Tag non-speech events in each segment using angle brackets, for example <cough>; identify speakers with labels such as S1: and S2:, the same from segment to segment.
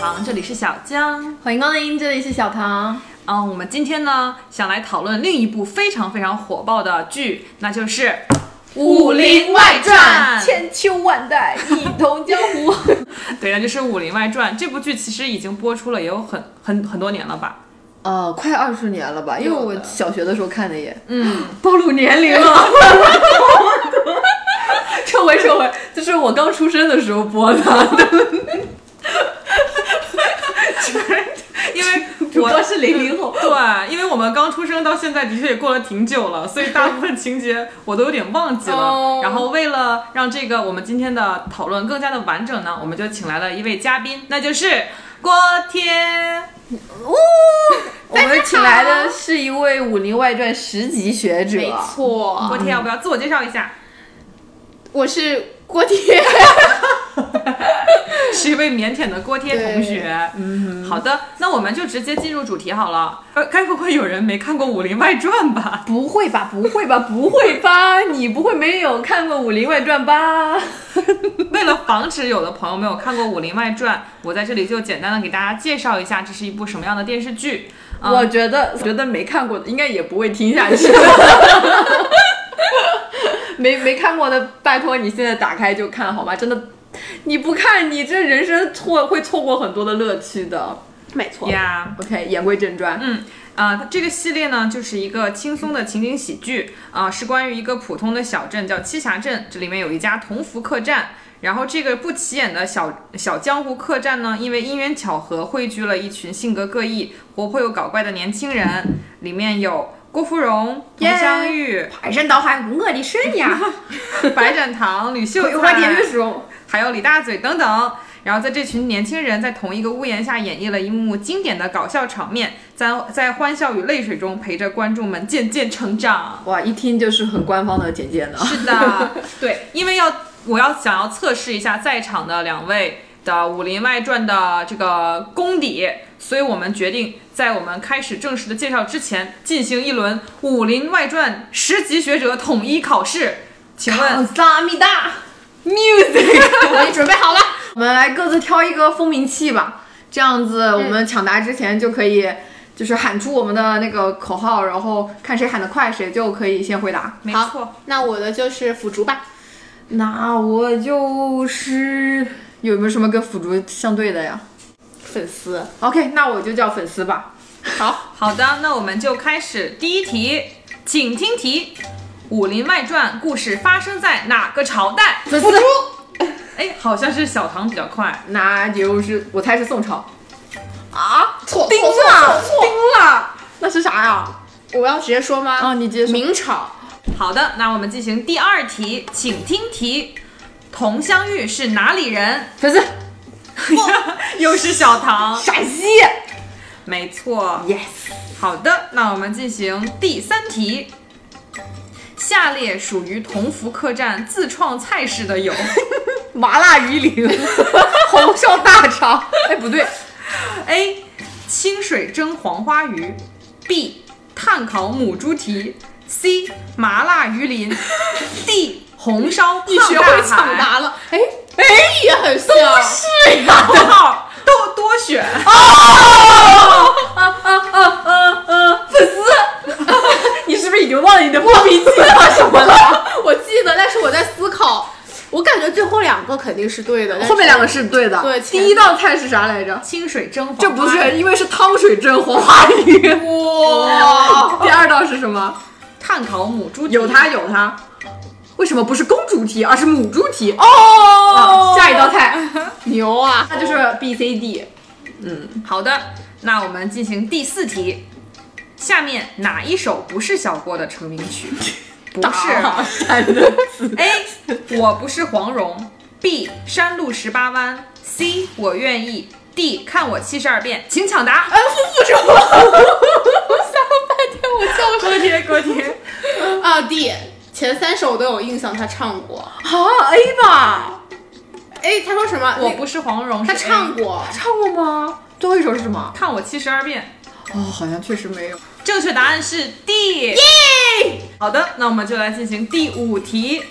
S1: 堂，这里是小江。
S2: 欢迎光临，这里是小唐。
S1: 嗯，我们今天呢想来讨论另一部非常非常火爆的剧，那就是《武林外传》。
S2: 千秋万代，一统江湖。
S1: 对，那就是《武林外传》这部剧，其实已经播出了也有很很很多年了吧？
S2: <laughs> 呃，快二十年了吧？因为我小学的时候看的也。
S1: 嗯，
S2: 暴露年龄 <laughs> 了。撤回撤回，就是我刚出生的时候
S1: <laughs>
S2: 播的，
S1: 因为 <laughs>
S2: 主
S1: 我
S2: 播是零零后。
S1: 对，因为我们刚出生到现在的确也过了挺久了，所以大部分情节我都有点忘记了
S2: 哦。
S1: 然后为了让这个我们今天的讨论更加的完整呢，我们就请来了一位嘉宾，那就是郭天。
S2: 我们请来的是一位《武林外传》十级学者，
S3: 没错，
S1: 郭天要不要自我介绍一下？
S3: 我是郭铁。
S1: 是一位腼腆的锅贴同学。嗯，好的，那我们就直接进入主题好了。呃，该不会有人没看过《武林外传》吧？
S2: 不会吧？不会吧？不会吧？你不会没有看过《武林外传》吧？
S1: <laughs> 为了防止有的朋友没有看过《武林外传》，我在这里就简单的给大家介绍一下，这是一部什么样的电视剧。嗯
S2: 我觉得，觉得没看过的应该也不会听下
S3: <laughs>
S2: 去。没没看过的，拜托你现在打开就看好吗？真的，你不看，你这人生错会错过很多的乐趣的。
S3: <laughs> 没错，
S1: 呀、
S2: OK，言归正传，
S1: 嗯，啊、它这个系列呢，就是一个轻松的情景喜剧啊、是关于一个普通的小镇叫栖霞镇，这里面有一家同福客栈。然后这个不起眼的小小江湖客栈呢，因为因缘巧合汇聚了一群性格各异、活泼又搞怪的年轻人，里面有郭芙蓉、佟湘玉、
S3: 排山倒海，我的生涯，
S1: 白展堂、吕秀
S3: <laughs> 葵花点
S1: 才
S3: 月，中，
S1: 还有李大嘴等等。然后在这群年轻人在同一个屋檐下演绎了一幕经典的搞笑场面，在在欢笑与泪水中陪着观众们渐渐成长。
S2: 哇，一听就是很官方的简介呢。
S1: 是的，对，因为要我要想要测试一下在场的两位的《武林外传》的这个功底，所以我们决定在我们开始正式的介绍之前，进行一轮《武林外传》十级学者统一考试。请问
S3: 萨米达，
S2: Music，
S3: <laughs> 我也准备好了。
S2: 我们来各自挑一个风鸣器吧，这样子
S3: 嗯
S2: 我们抢答之前就可以，就是喊出我们的那个口号，然后看谁喊得快，谁就可以先回答。
S1: 没
S3: 好
S1: 错，
S3: 那我的就是腐竹吧，
S2: 那我就是有没有什么跟腐竹相对的呀
S3: 粉丝。
S2: ？OK，那我就叫粉丝吧。
S3: 好，
S1: 好的，那我们就开始第一题，请听题：《武林外传》故事发生在哪个朝代？
S2: 粉丝，
S1: 哎，好像是小唐比较快。
S2: 那就是我猜是宋朝。
S3: 啊，错
S2: 丁
S3: 错
S2: 了
S3: 错，错，
S2: 丁了，那是啥呀？
S3: 我要直接说吗？
S2: 啊，你直接说。
S3: 明朝，
S1: 好的，那我们进行第二题，请听题：佟湘玉是哪里人？ <laughs>
S2: 粉丝，
S1: 又是小唐，
S2: 陕西。
S1: 没错。
S2: Yes，
S1: 好的，那我们进行第三题。下列属于同福客栈自创菜式的有，
S2: 麻辣鱼
S3: <laughs>
S2: 鳞，红烧大肠。哎，不对，
S1: A 清水蒸黄花鱼，B 炭烤母猪蹄，C 麻辣鱼鳞，D 红烧胖
S3: 你学
S1: 大
S3: 会抢
S1: 海。
S3: 答了。哎哎，也很像。
S2: 是呀。
S1: 括号都多选。
S2: 你是不是已经忘了你的发脾气了什么了？
S3: 我记得，但是我在思考，我感觉最后两个肯定是对的，但
S2: <laughs>
S3: 是
S2: 后面两个是对的。
S3: 对前哦
S2: 第一道菜是啥来着？
S1: 清水蒸黄花，
S2: 这不是，因为是汤水蒸黄花鱼。
S3: 哇，
S2: <laughs> 第二道是什么？
S1: 炭烤母猪蹄。哦
S2: 有它有它，为什么不是公猪蹄，而是母猪蹄？哦，
S3: 哦
S2: 下一道菜，
S3: 牛
S2: <laughs>
S3: 啊！
S2: 那就是 B C D。
S1: 好的，那我们进行第四题。下面哪一首不是小郭的成名曲？
S2: <laughs>
S1: 不是啊
S2: 三个
S1: <laughs>
S2: 字。
S1: A，我不是黄蓉。B，山路十八弯。C，我愿意。D，看我七十二变，请抢答。
S3: 哎，复
S1: <laughs>
S3: 复仇，我想了半天，我叫什么？
S1: 贴锅贴。
S3: 啊，D，前三首我都有印象，他唱过。
S2: 好 A 吧，
S3: 哎，他说什么？
S1: 我不是黄蓉，
S3: 他
S1: 是 A
S3: 唱过。
S2: 唱过吗？最后一首是什么？
S1: 看我七十二变。
S2: 哦，好像确实没 <laughs> 有。
S1: 正确答案是 D。耶！好的，那我们就来进行第五题。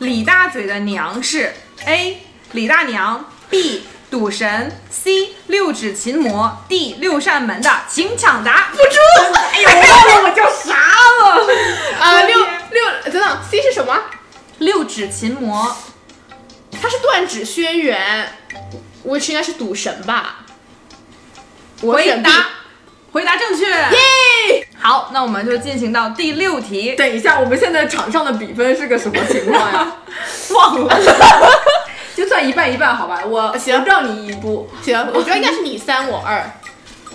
S1: 李大嘴的娘是 A 李大娘，B 赌神，C 六指琴魔，D 六扇门的，请抢答。不出，哎呦，忘了我叫啥了？
S3: 啊，六六等等，C 是什么？
S1: 六指琴魔，
S3: 他是断指轩辕，which 应该是赌神吧？我
S1: 回
S3: 选
S1: 答
S3: B，
S1: 回答正确。
S3: 耶！
S1: 好，那我们就进行到第六题。
S2: 等一下，我们现在场上的比分是个什么情况 <laughs> 呀？
S1: 忘了。
S2: 就算一半一半，好吧？我
S3: 行
S2: 我让你一步。
S3: 行，啊我觉得应该是你三我二。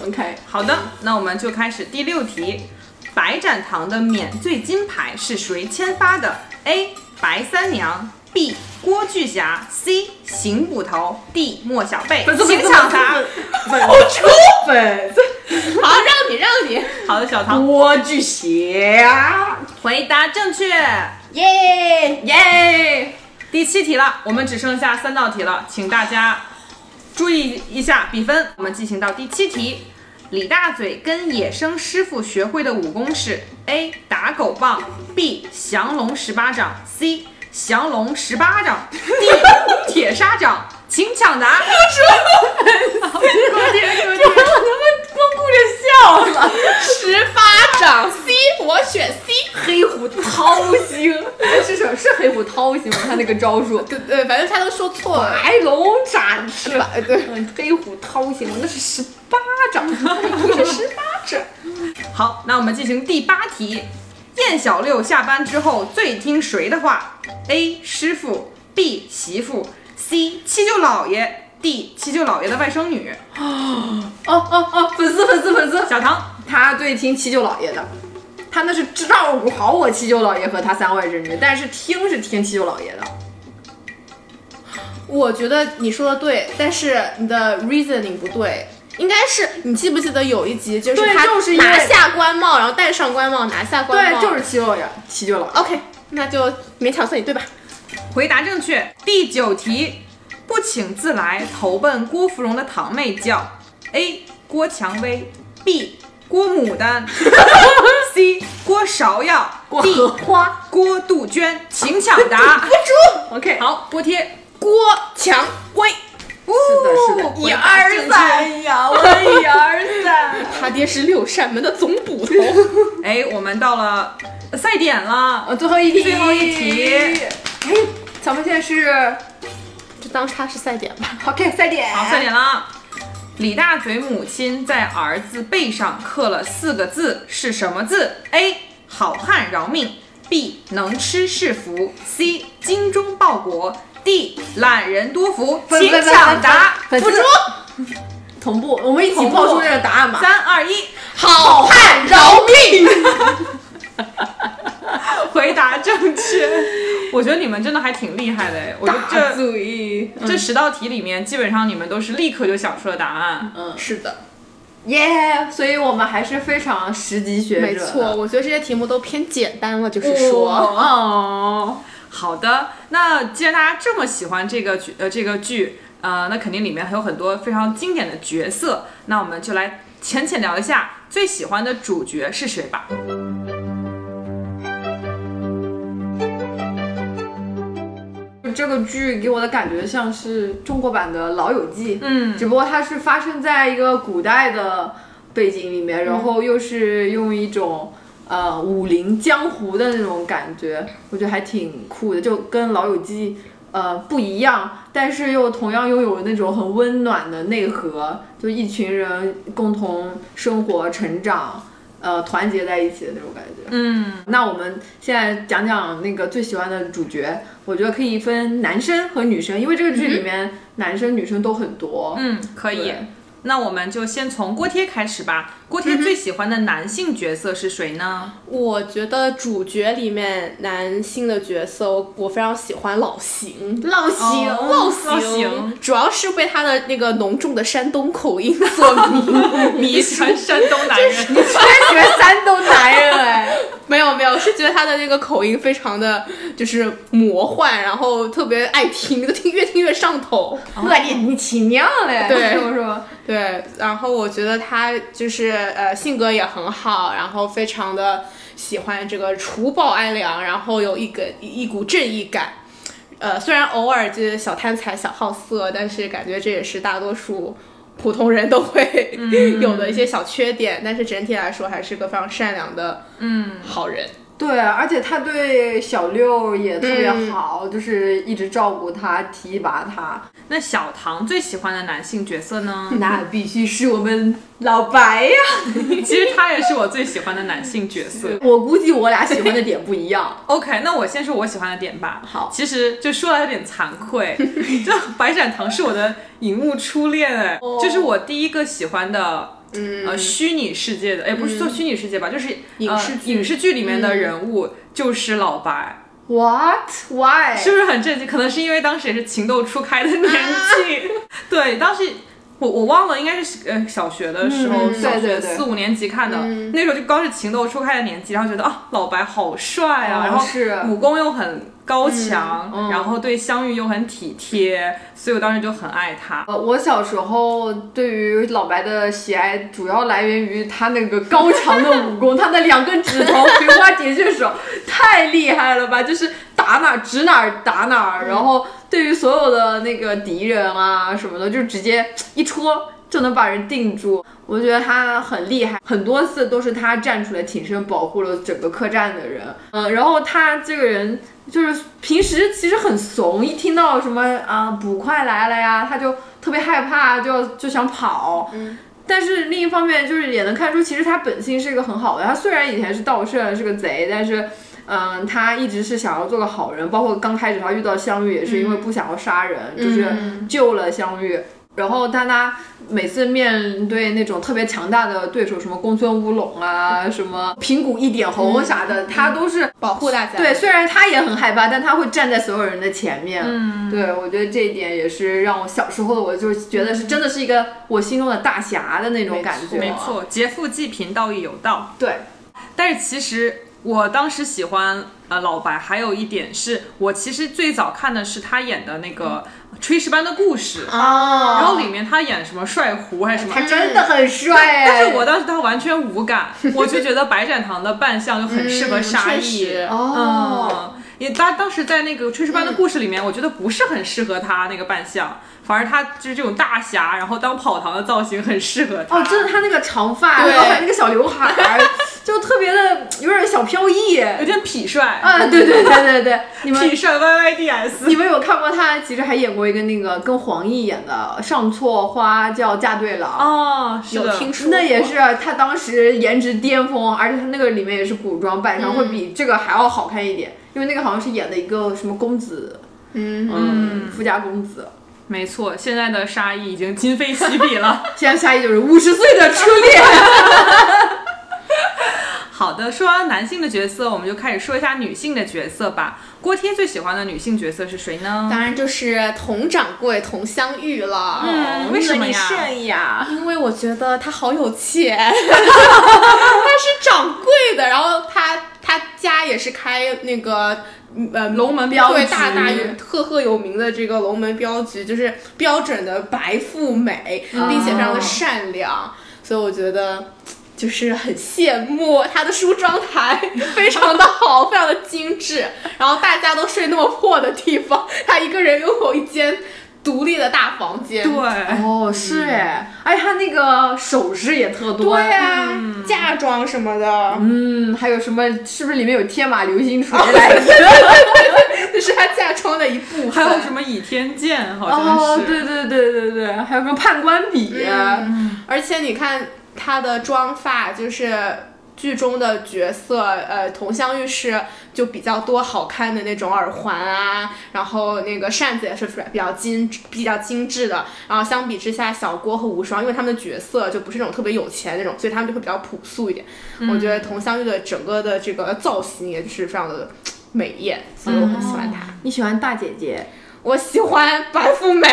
S2: OK，
S1: 好的，那我们就开始第六题。白展堂的免罪金牌是谁签发的？A. 白三娘，B. 郭巨侠，C. 邢捕头，D. 莫小贝。请抢答。 <laughs> 哦
S2: 我出本子，
S3: 好，让你让你，
S1: 好的，小唐，
S2: 郭巨侠。
S1: 回答正确，
S3: 耶！
S1: 耶！第七题了，我们只剩下三道题了，请大家注意一下比分。我们进行到第七题，李大嘴跟野生师傅学会的武功是：A. 打狗棒，B. 降龙十八掌，C. 降龙十八掌，D. 铁砂掌。请抢答！ <laughs>
S2: 我天， <laughs> 我天，他们光顾着笑了。
S3: 十八掌 C，我选 C。
S2: <laughs> 黑虎掏 <laughs> 心，哎是什么？是黑虎掏心吗？他那个招数，
S3: 对对，反正他都说错了。
S2: 白龙展翅。
S3: 哎对，
S2: 嗯，黑虎掏心，那是十八掌，不是十八掌。
S1: 好，那我们进行第八题。燕小六下班之后最听谁的话？A. 师傅，B. 媳妇，C. 七舅姥爷，D. 七舅姥爷的外甥女。
S2: 哦哦哦，粉丝粉丝粉丝，
S1: 小唐，
S2: 他最听七舅姥爷的，他那是照顾好我七舅姥爷和他三外侄女，但是听是听七舅姥爷的。
S3: 我觉得你说的对，但是你的 reasoning 不对。应该是你记不记得有一集，就是
S2: 对
S3: 他
S2: 就是因为
S3: 拿下官帽，然后戴上官帽，拿下官帽。
S2: 对，就是七舅爷，七舅姥爷。
S3: OK，那就勉强算你对吧？
S1: 回答正确。第九题，不请自来投奔郭芙蓉的堂妹叫 A. 郭蔷薇，B. 郭牡 <laughs> 丹，C. 郭芍药
S2: 过
S1: ，D.
S2: 荷花
S1: 郭杜鹃。请抢 <laughs> 答。
S3: 猪
S2: ，OK，
S1: 好，锅贴。
S3: 郭蔷薇，
S1: 是
S2: 是的
S3: 一二三，
S2: 呀，我的儿 <laughs> 子。
S3: 他爹是六扇门的总捕头。
S1: 哎，我们到了赛点了，
S2: 呃，最后一题，
S1: 最后一题
S2: 哎，咱们现在是
S3: 就当他是赛点吧。
S2: OK 赛点，
S1: 好，赛点了。李大嘴母亲在儿子背上刻了四个字，是什么字？A. 好汉饶命，B. 能吃是福，C. 精忠报国，D. 懒人多福。
S2: 粉丝
S1: 请
S2: 粉丝
S1: 抢答，
S2: 粉丝
S1: 付诸
S2: 同步，我们一起
S1: 同步
S2: 报出这个答案吧。
S1: 三二一，
S3: 好汉饶命，
S1: 回答正确。我觉得你们真的还挺厉害的哎，我觉得
S2: 大
S1: 这。
S2: 嘴，
S1: 这十道题里面，基本上你们都是立刻就想出了答案。
S2: 嗯，
S3: 是的，
S2: 耶！所以我们还是非常十级学者，
S3: 没错。，我觉得这些题目都偏简单了，就是说，
S2: 哦，
S1: 好的，那既然大家这么喜欢这个剧，呃，这个剧，呃，那肯定里面还有很多非常经典的角色，那我们就来浅浅聊一下最喜欢的主角是谁吧。
S2: 这个剧给我的感觉像是中国版的《老友记》，
S1: 嗯
S2: 只不过它是发生在一个古代的背景里面，然后又是用一种呃武林江湖的那种感觉，我觉得还挺酷的，就跟《老友记》呃不一样，但是又同样拥有那种很温暖的内核，就一群人共同生活、成长，呃团结在一起的那种感觉。
S1: 嗯，
S2: 那我们现在讲讲那个最喜欢的主角，我觉得可以分男生和女生，因为这个剧里面男生女生都很多。
S1: 嗯，可以
S2: 对。
S1: 那我们就先从锅贴开始吧。锅贴最喜欢的男性角色是谁呢？
S3: 我觉得主角里面男性的角色，我我非常喜欢老邢。
S2: 老邢
S1: 哦
S3: 老
S1: 老
S3: 邢
S1: 邢
S3: 主要是被他的那个浓重的山东口音所 <laughs>
S1: <laughs>
S3: 迷。
S1: 你喜欢山东男人？
S2: 喜欢山东男人哎，
S3: <laughs> 没有没有，是觉得他的那个口音非常的就是魔幻，然后特别爱听，就听越听越上头。
S2: 我的你亲娘嘞，
S3: 对
S2: 是不是？
S3: 对，然后我觉得他就是呃性格也很好，然后非常的喜欢这个除暴安良，然后有一个一一股正义感。呃，虽然偶尔就是小贪财、小好色，但是感觉这也是大多数普通人都会 <laughs> 有的一些小缺点。但是整体来说，还是个非常善良的嗯好人。
S2: 对，而且他对小六也特别好，就是一直照顾他、提拔他。
S1: <laughs> 那小唐最喜欢的男性角色呢？ <laughs>
S2: 那必须是我们老白呀！
S1: 其实他也是我最喜欢的男性角色。。
S2: 我估计我俩喜欢的点不一样
S1: OK，那我先说我喜欢的点吧。
S2: 好
S1: 其实就说来有点惭愧，这白展堂是我的荧幕初恋，哎、就是我第一个喜欢的。呃，虚拟世界的，也不是说虚拟世界吧，就是影
S3: 视剧
S1: 影视剧里面的人物就是老白，
S2: <laughs> What? Why?
S1: 是不是很震惊？可能是因为当时也是情窦初开的年纪，
S2: 啊
S1: <laughs> 对，当时我我忘了，应该是呃小学的时候，
S2: 嗯
S1: 小
S2: 对
S1: 学
S2: 对对嗯
S1: 四五年级看的，那时候就刚是情窦初开的年纪，然后觉得啊老白好帅啊，
S2: 哦
S1: 然后
S2: 是
S1: 武功又很高强，
S2: 嗯
S1: 然后对香玉又很体贴，所以我当时就很爱他。
S2: 呃，我小时候对于老白的喜爱主要来源于他那个高强的武功，他的两根指头 <laughs> 葵花点穴手太厉害了吧！就是打哪儿指哪儿打哪儿，然后对于所有的那个敌人啊什么的，就直接一戳就能把人定住。我觉得他很厉害，很多次都是他站出来挺身保护了整个客栈的人。嗯，然后他这个人就是平时其实很怂，一听到什么啊捕快来了呀，他就特别害怕，就就想跑。嗯。但是另一方面，就是也能看出，其实他本性是一个很好的。他虽然以前是盗圣，是个贼，但是，嗯，他一直是想要做个好人。包括刚开始他遇到香玉，也是因为不想要杀人，就是救了香玉。然后，但他每次面对那种特别强大的对手，什么公孙乌龙啊，什么平谷一点红啥的，他都是
S3: 保护大家。
S2: 对，，虽然他也很害怕，但他会站在所有人的前面。嗯，对，我觉得这一点也是让我小时候的我就觉得是真的是一个我心中的大侠的那种感觉。啊
S1: 没，错，劫富济贫，道义有道。
S2: 对，
S1: 但是其实我当时喜欢呃老白，还有一点是我其实最早看的是他演的那个《炊事班的故事》
S2: 嗯啊
S1: 然后里面他演什么帅胡还是什么。
S2: 他真的很帅、哎
S1: 但是我当时他完全无
S2: <laughs>
S1: 感，我就觉得白展堂的扮相就很适
S3: 嗯
S1: 合沙
S3: 确
S1: 溢。
S3: 实。
S2: 哦，
S1: 嗯，也他当时在那个《炊事班的故事》里面，我觉得不是很适合他那个扮相，反而他就是这种大侠，然后当跑堂的造型很适合他。
S2: 哦，真的，他那个长发，
S3: 对
S2: 然后还有那个小刘海儿，就特别的有点小飘逸。
S1: 有点痞帅，
S2: 啊，对对对对对，你们
S1: 痞帅 YYDS。
S2: <laughs> 你们有看过他？其实还演过一个那个跟黄奕演的《上错花轿嫁对郎》
S1: 哦，是
S3: 有
S2: 嗯
S1: 的，
S3: 听说
S2: 那也是啊他当时颜值巅峰，而且他那个里面也是古装扮上，会比这个还要好看一点，因为那个好像是演的一个什么公子，
S3: 嗯，
S2: 嗯，富家公子。
S1: 没错，现在的沙溢已经今非昔比了。
S2: <laughs> 现在下一就是五十岁的初 <laughs> 恋，
S1: 好的，说完男性的角色，我们就开始说一下女性的角色吧。锅贴最喜欢的女性角色是谁呢？
S3: 当然就是佟掌柜佟湘玉了。
S1: 嗯为什么呀
S2: 胜呀？
S3: 因为我觉得他好有钱，他是掌柜的，然后他他家也是开那个呃
S1: 龙门镖
S3: 对
S1: 局
S3: 大大有赫赫有名的这个龙门镖局，就是标准的白富美，并且非常的善良，所以我觉得。就是很羡慕他的梳妆台非常的好，非常的精致。然后大家都睡那么破的地方，他一个人拥有一间独立的大房间。
S1: 对，
S2: 哦，是哎，哎，他那个首饰也特多，
S3: 对呀、
S1: 啊
S3: 嫁妆什么的，
S2: 嗯，还有什么？是不是里面有天马流星锤来着？
S3: 这 <laughs> 是她嫁妆的一部分。
S1: 还有什么倚天剑，好像是。
S2: 哦，对对对对对，还有什么判官笔？啊
S3: 嗯，而且你看她的妆发，就是剧中的角色，呃，佟湘玉是就比较多好看的那种耳环啊，然后那个扇子也是比较精比较精致的。然后相比之下，小郭和无双，因为他们的角色就不是那种特别有钱那种，所以他们就会比较朴素一点。
S1: 嗯
S3: 我觉得佟湘玉的整个的这个造型也是非常的美艳，所以我很喜欢她。
S2: 你喜欢大姐姐？
S3: 我喜欢白富美。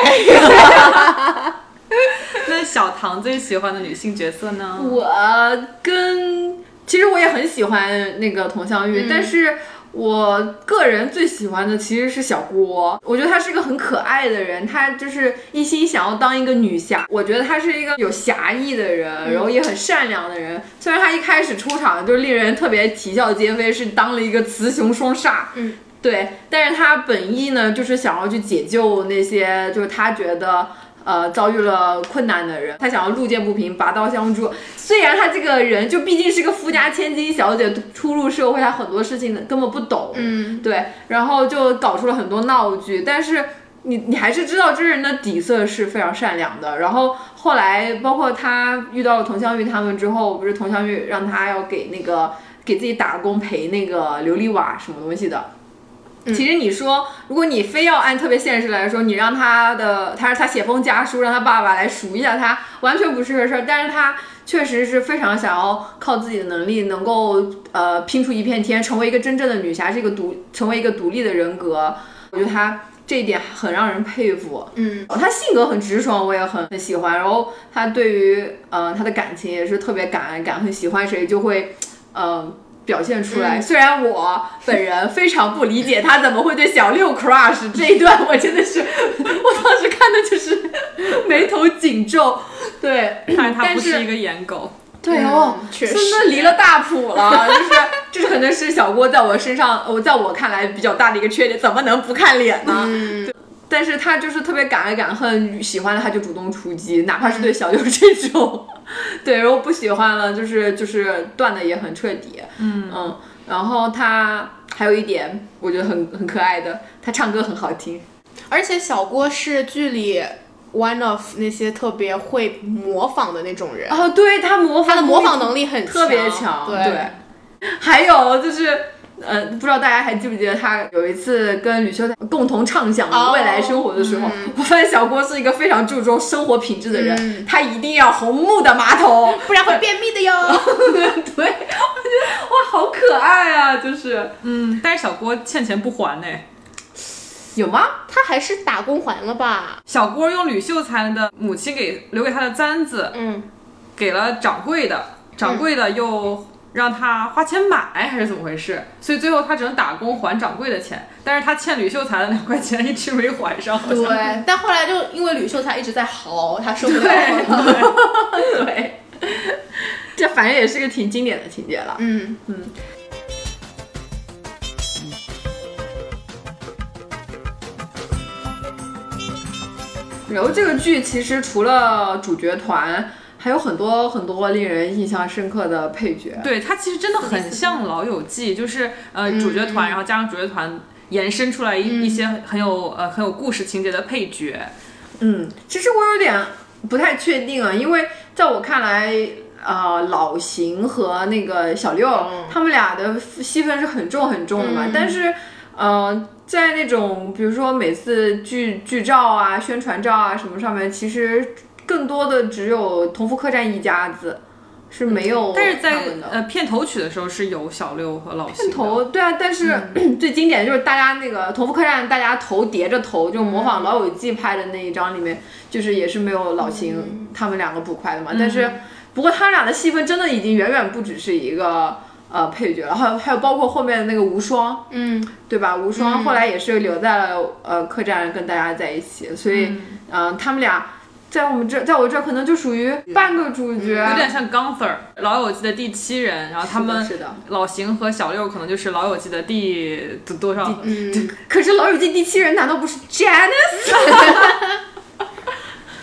S1: 那小唐最喜欢的女性角色呢？
S2: 我跟其实我也很喜欢那个佟湘玉，但是我个人最喜欢的其实是小郭。我觉得她是一个很可爱的人，她就是一心想要当一个女侠。我觉得她是一个有侠义的人，然后也很善良的人。虽然她一开始出场就令人特别啼笑皆非，是当了一个雌雄双煞。
S3: 嗯。
S2: 对，但是他本意呢，就是想要去解救那些就是他觉得呃遭遇了困难的人，他想要路见不平拔刀相助。虽然他这个人就毕竟是个富家千金小姐，初入社会，她很多事情根本不懂，
S3: 嗯，
S2: 对，然后就搞出了很多闹剧，但是。你你还是知道这人的底色是非常善良的，然后后来包括他遇到了佟湘玉他们之后，不是佟湘玉让他要给那个给自己打工赔那个琉璃瓦什么东西的，其实你说，如果你非要按特别现实来说，你让他的他他写封家书，让他爸爸来赎一下他，完全不是回事儿。但是他确实是非常想要靠自己的能力，能够呃拼出一片天，成为一个真正的女侠，是一个独成为一个独立的人格。我觉得他这一点很让人佩服。
S3: 嗯，
S2: 他性格很直爽，我也很很喜欢。然后他对于呃他的感情也是特别敢爱敢恨，喜欢谁就会呃表现出来。虽然我本人非常不理解他怎么会对小六 crush 这一段，我真的是我当时看的就是眉头紧皱。对，
S1: 看来他
S2: 但
S1: 不
S2: 是
S1: 是一个颜狗。
S2: 对哦，
S3: 嗯确
S2: 真
S3: 实
S2: 的离了大谱了，就是 <laughs> 这可能是小郭在我身上，我在我看来比较大的一个缺点，怎么能不看脸呢？
S3: 嗯，
S2: 但是他就是特别敢爱敢恨，喜欢了他就主动出击，哪怕是对小六 <laughs> 这种，对，然后不喜欢了就是就是断的也很彻底，嗯然后他还有一点我觉得很很可爱的，他唱歌很好听，
S3: 而且小郭是剧里 one of 那些特别会模仿的那种人，
S2: 哦，对他模
S3: 他
S2: 仿
S3: 的模仿能力很
S2: 特别强，
S3: 对，
S2: 还有就是。呃，不知道大家还记不记得他有一次跟吕秀才共同畅想
S3: 哦
S2: 未来生活的时候，我发现小郭是一个非常注重生活品质的人，
S3: 嗯
S2: 他一定要红木的马桶， <laughs>
S3: 不然会便秘的哟。 <laughs>
S2: 对，我觉得哇，好可爱啊！就是
S1: 嗯，但是小郭欠钱不还呢。
S2: 有吗？
S3: 他还是打工还了吧？
S1: 小郭用吕秀才的母亲给留给他的簪子，
S3: 嗯，
S1: 给了掌柜的，掌柜的又让他花钱买，还是怎么回事？所以最后他只能打工还掌柜的钱，但是他欠吕秀才的两块钱一直没还上。好像
S3: 对。但后来就因为吕秀才一直在嚎，他受不了了。
S2: 对，这反正也是个挺经典的情节了。
S3: <laughs> 嗯，
S2: 嗯然后这个剧其实除了主角团，还有很多很多令人印象深刻的配角。
S1: 对，它其实真的很像《老友记》，就是呃主角
S2: 嗯
S1: 团，然后加上主角团延伸出来一、一些很有呃很有故事情节的配角。
S2: 嗯，其实我有点不太确定啊，因为在我看来。呃，老邢和那个小六，
S1: 嗯
S2: 他们俩的戏份是很重很重的嘛。但是，呃，在那种比如说每次剧剧照啊、宣传照啊什么上面，其实更多的只有同福客栈一家子是没有
S1: 嗯但是
S2: 他
S1: 在
S2: 们的
S1: 呃片头曲的时候是有小六和老邢
S2: 片
S1: 的
S2: 头对啊，但是、 <clears throat> 最经典的就是大家那个同福客栈，大家头叠着头，就模仿《老友记》拍的那一张里面，就是也是没有老秦、他们两个捕快的嘛。但是不过他们俩的戏份真的已经远远不只是一个呃配角了，还有还有包括后面的那个无双，
S3: 嗯，
S2: 对吧？无双后来也是留在了、呃客栈跟大家在一起，所以嗯、呃他们俩。在我们这，在我这可能就属于半个主角，
S1: 有点像 Gunther，《老友记》的第七人，然后他们
S2: 是的。
S1: 老邢和小六可能就是《老友记》的第多多少？
S3: 嗯
S2: 嗯可是《老友记》第七人难道不是 Janice？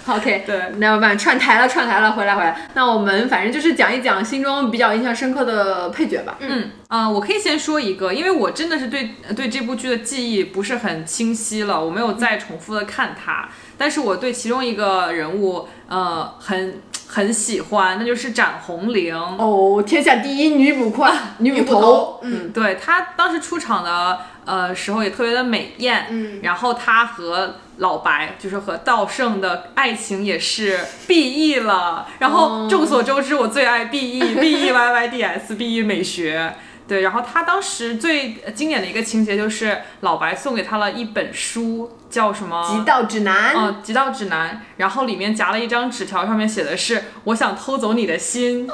S2: OK，
S1: 对
S2: 那我们串台了，串台了，回来回来。那我们反正就是讲一讲心中比较印象深刻的配角吧。
S1: 嗯啊、我可以先说一个，因为我真的是对呃对这部剧的记忆不是很清晰了，我没有再重复的看它，但是我对其中一个人物呃很很喜欢，那就是展红绫。
S2: 哦，天下第一女捕快，女捕
S3: 捕头
S2: 嗯，
S1: 对她当时出场的呃时候也特别的美艳，
S3: 嗯，
S1: 然后她和老白就是和道圣的爱情也是 B E 了，然
S2: 哦
S1: 后众所周知我最爱 B E B E Y Y D
S2: <laughs>
S1: S B E 美学。对，然后她当时最经典的一个情节就是老白送给她了一本书，叫什么？
S2: 极道指南。
S1: 嗯，极道指南，然后里面夹了一张纸条，上面写的是“我想偷走你的
S2: 哦
S1: 心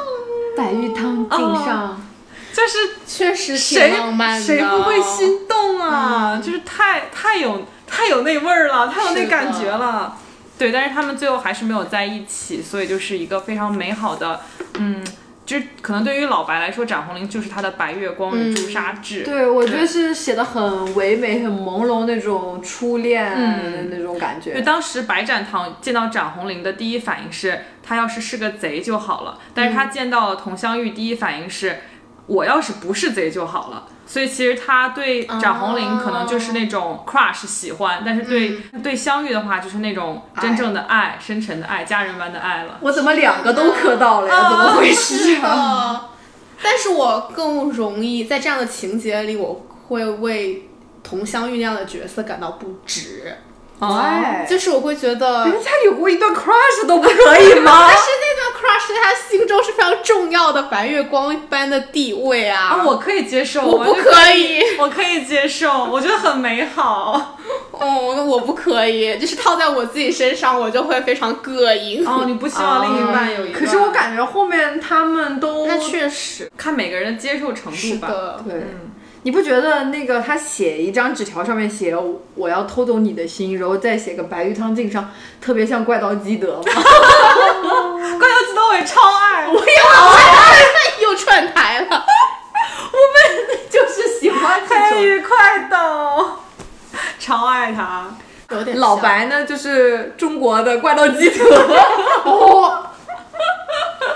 S2: 白玉汤敬
S1: 哦
S2: 上。”，
S1: 就是
S3: 确实
S1: 谁
S3: 挺浪漫的，嗯
S1: 谁不会心动啊？就是太太有太有那味儿了，太有
S3: 是
S1: 那
S3: 的
S1: 感觉了。对，但是他们最后还是没有在一起，所以就是一个非常美好的，嗯，就是可能对于老白来说，展红绫就是他的白月光
S3: 嗯
S1: 与朱砂痣。
S2: 对，我觉得是写的很唯美、很朦胧那种初恋的那种感
S1: 因为
S2: 觉。
S1: 嗯当时白展堂见到展红绫的第一反应是，他要是是个贼就好了；但
S3: 嗯
S1: 是他见到了佟湘玉，第一反应是，我要是不是贼就好了。所以其实他对展红绫
S3: 哦
S1: 可能就是那种 crush 喜欢，但是对、
S3: 嗯
S1: 对湘玉的话就是那种真正的爱、深沉的爱、家人般的爱了。
S2: 我怎么两个都磕到了呀？
S1: 哦
S2: 怎么回事
S3: 是
S2: 啊？
S3: 的，但是我更容易在这样的情节里，我会为佟湘玉那样的角色感到不值，
S1: 哦啊
S2: 哎，
S3: 就是我会觉得
S2: 人家有过一段 crush 都不可以吗
S1: 啊
S3: 但？是那段 crush 在他心中是非常重要的白月光一般的地位啊！
S1: 啊，我可以接受，
S3: 我不
S1: 就
S3: 可以，
S1: 我可以接受，我觉得很美好。
S3: 嗯，我不可以，就是套在我自己身上，我就会非常膈应。
S1: 哦，你不希
S2: 啊
S1: 望另一
S3: 哦
S1: 半有一个？
S2: 可是我感觉后面他们都
S3: 那确实
S1: 看每个人的接受程度
S3: 是
S1: 吧。
S3: 的，
S2: 对，你不觉得那个他写一张纸条上面写“我要偷走你的心”，然后再写个白玉汤镜上，特别像怪盗基德吗？ <laughs>
S1: 怪盗基德我也超爱，我
S3: 哎又串台了。
S2: 就是喜欢这
S1: 黑
S2: 种。
S1: 与快斗，超爱他。
S3: 有点
S2: 老白呢，就是中国的怪盗基德， <laughs>
S3: 哦，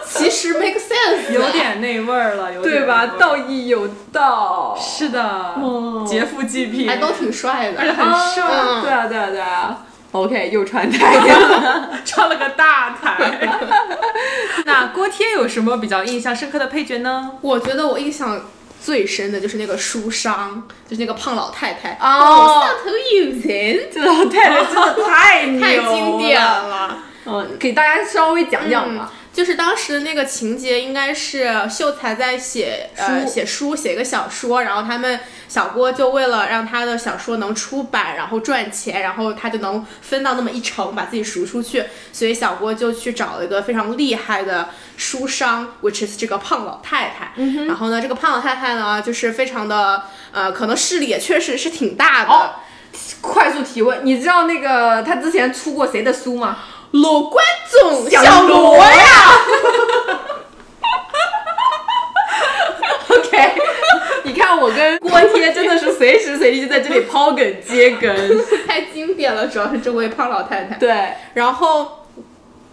S3: 其实 make sense，
S1: 有点那味儿了，有点
S2: 对吧？
S1: 那味儿
S2: 道义有道，
S1: 是的，劫富济贫，
S3: 还都挺帅
S1: 而且
S3: 的。
S1: 很帅，
S3: 嗯
S2: 对啊，对啊，对啊。OK，又穿台了。
S1: 穿了个大台。 <laughs> 那锅贴有什么比较印象深刻的配角呢？
S3: 我觉得我印象最深的就是那个书商，就是那个胖老太太。
S2: 哦
S3: 上头有人，
S2: <laughs> 这老太太真的
S1: 哦
S2: <laughs> 太牛
S3: 太经典
S2: 了。
S3: 了。
S2: 嗯，给大家稍微讲讲吧。
S3: 就是当时那个情节应该是秀才在写呃
S2: 书
S3: 写书，写一个小说，然后他们小郭就为了让他的小说能出版，然后赚钱，然后他就能分到那么一成，把自己赎出去，所以小郭就去找了一个非常厉害的书商，which is 这个胖老太太。
S2: 嗯
S3: 然后呢，这个胖老太太呢，就是非常的呃，可能势力也确实是挺大的。
S2: 哦快速提问，你知道那个他之前出过谁的书吗？
S3: 老观众
S2: 小
S3: 小罗
S2: 罗
S3: 呀，
S2: <laughs> OK，你看我跟锅贴真的是随时随地就在这里抛梗接梗。
S3: <laughs> 太经典了，主要是这位胖老太太。
S2: 对，
S3: 然后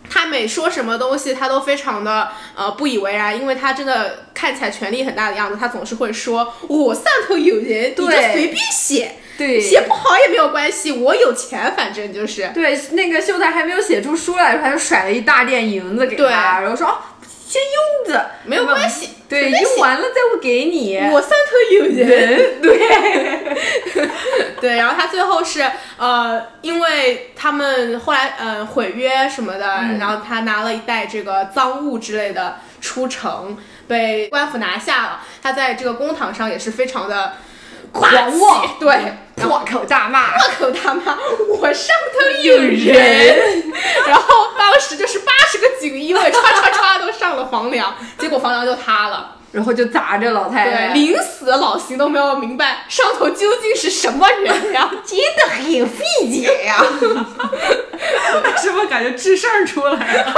S3: 他每说什么东西，他都非常的呃不以为然，因为他真的看起来权力很大的样子，他总是会说我上头有人，你就
S2: 对
S3: 随便写，
S2: 对
S3: 写不好也没有关系，我有钱，反正就是。
S2: 对，那个秀才还没有写出书来的时候，他就甩了一大垫银子给
S3: 对
S2: 他，然后说哦，先用着，
S3: 没有关系
S2: 对，
S3: 随便
S2: 用
S3: 写
S2: 完了再我给你。
S3: 我上头有人，
S2: 人对，
S3: 对，然后他最后是呃，因为他们后来呃毁约什么的，
S2: 嗯
S3: 然后他拿了一袋这个赃物之类的出城，被官府拿下了。他在这个公堂上也是非常的霸气
S2: 狂妄
S3: 对，破
S2: 破口大骂。
S3: 口大骂，我上头有人。然后当时就是八十个锦衣卫唰唰唰都上了房梁，结果房梁就塌了。
S2: 然后就砸着老太
S3: 对，
S2: 太，
S3: 临死老邢都没有明白上头究竟是什么人呀。
S2: <laughs> 真的很费解
S3: <laughs>
S2: 呀、
S1: 为什么感觉智胜出来了？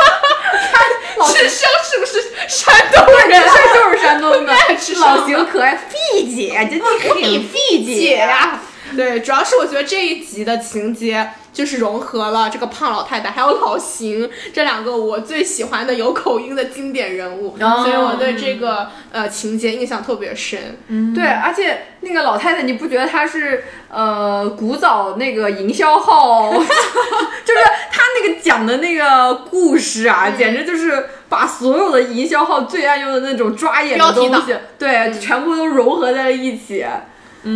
S3: 智商是不是山东人？啊
S2: 这就是山 <laughs> 东的
S3: 是，山
S2: 老
S3: 东
S2: 邢可爱，费解，真的很费
S3: 姐
S2: 解啊呀、
S3: 呀、对，主要是我觉得这一集的情节就是融合了这个胖老太太还有老邢这两个我最喜欢的有口音的经典人物，
S2: 哦
S3: 所以我对这个呃情节印象特别深。
S2: 对，而且那个老太太，你不觉得她是呃古早那个营销号， <laughs> 就是她那个讲的那个故事啊，简直就是把所有的营销号最爱用的那种抓眼
S3: 标
S2: 的
S3: 题
S2: 东
S3: 党
S2: 西，对，全部都融合在了一起。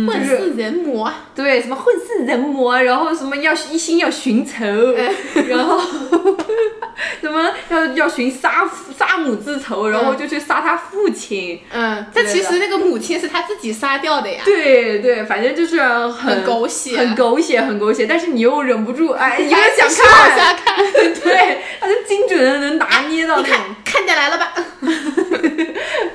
S3: 混世人魔，
S2: 对，什么混世人魔，然后什么要一心要寻仇，
S3: 嗯
S2: <laughs> 然后什么要要寻杀父杀母之仇，然后就去杀他父亲，
S3: 嗯，但其实那个母亲是他自己杀掉的呀。
S2: 对对，反正就是很
S3: 很狗血
S2: 很狗血，很狗血。但是你又忍不住，
S3: <laughs>
S2: 哎，有
S3: 你还
S2: 点想
S3: 是往
S2: 看。
S3: 下看，
S2: 对，他就精准的能拿捏到那
S3: 你
S2: 种。
S3: 看看见来了吧？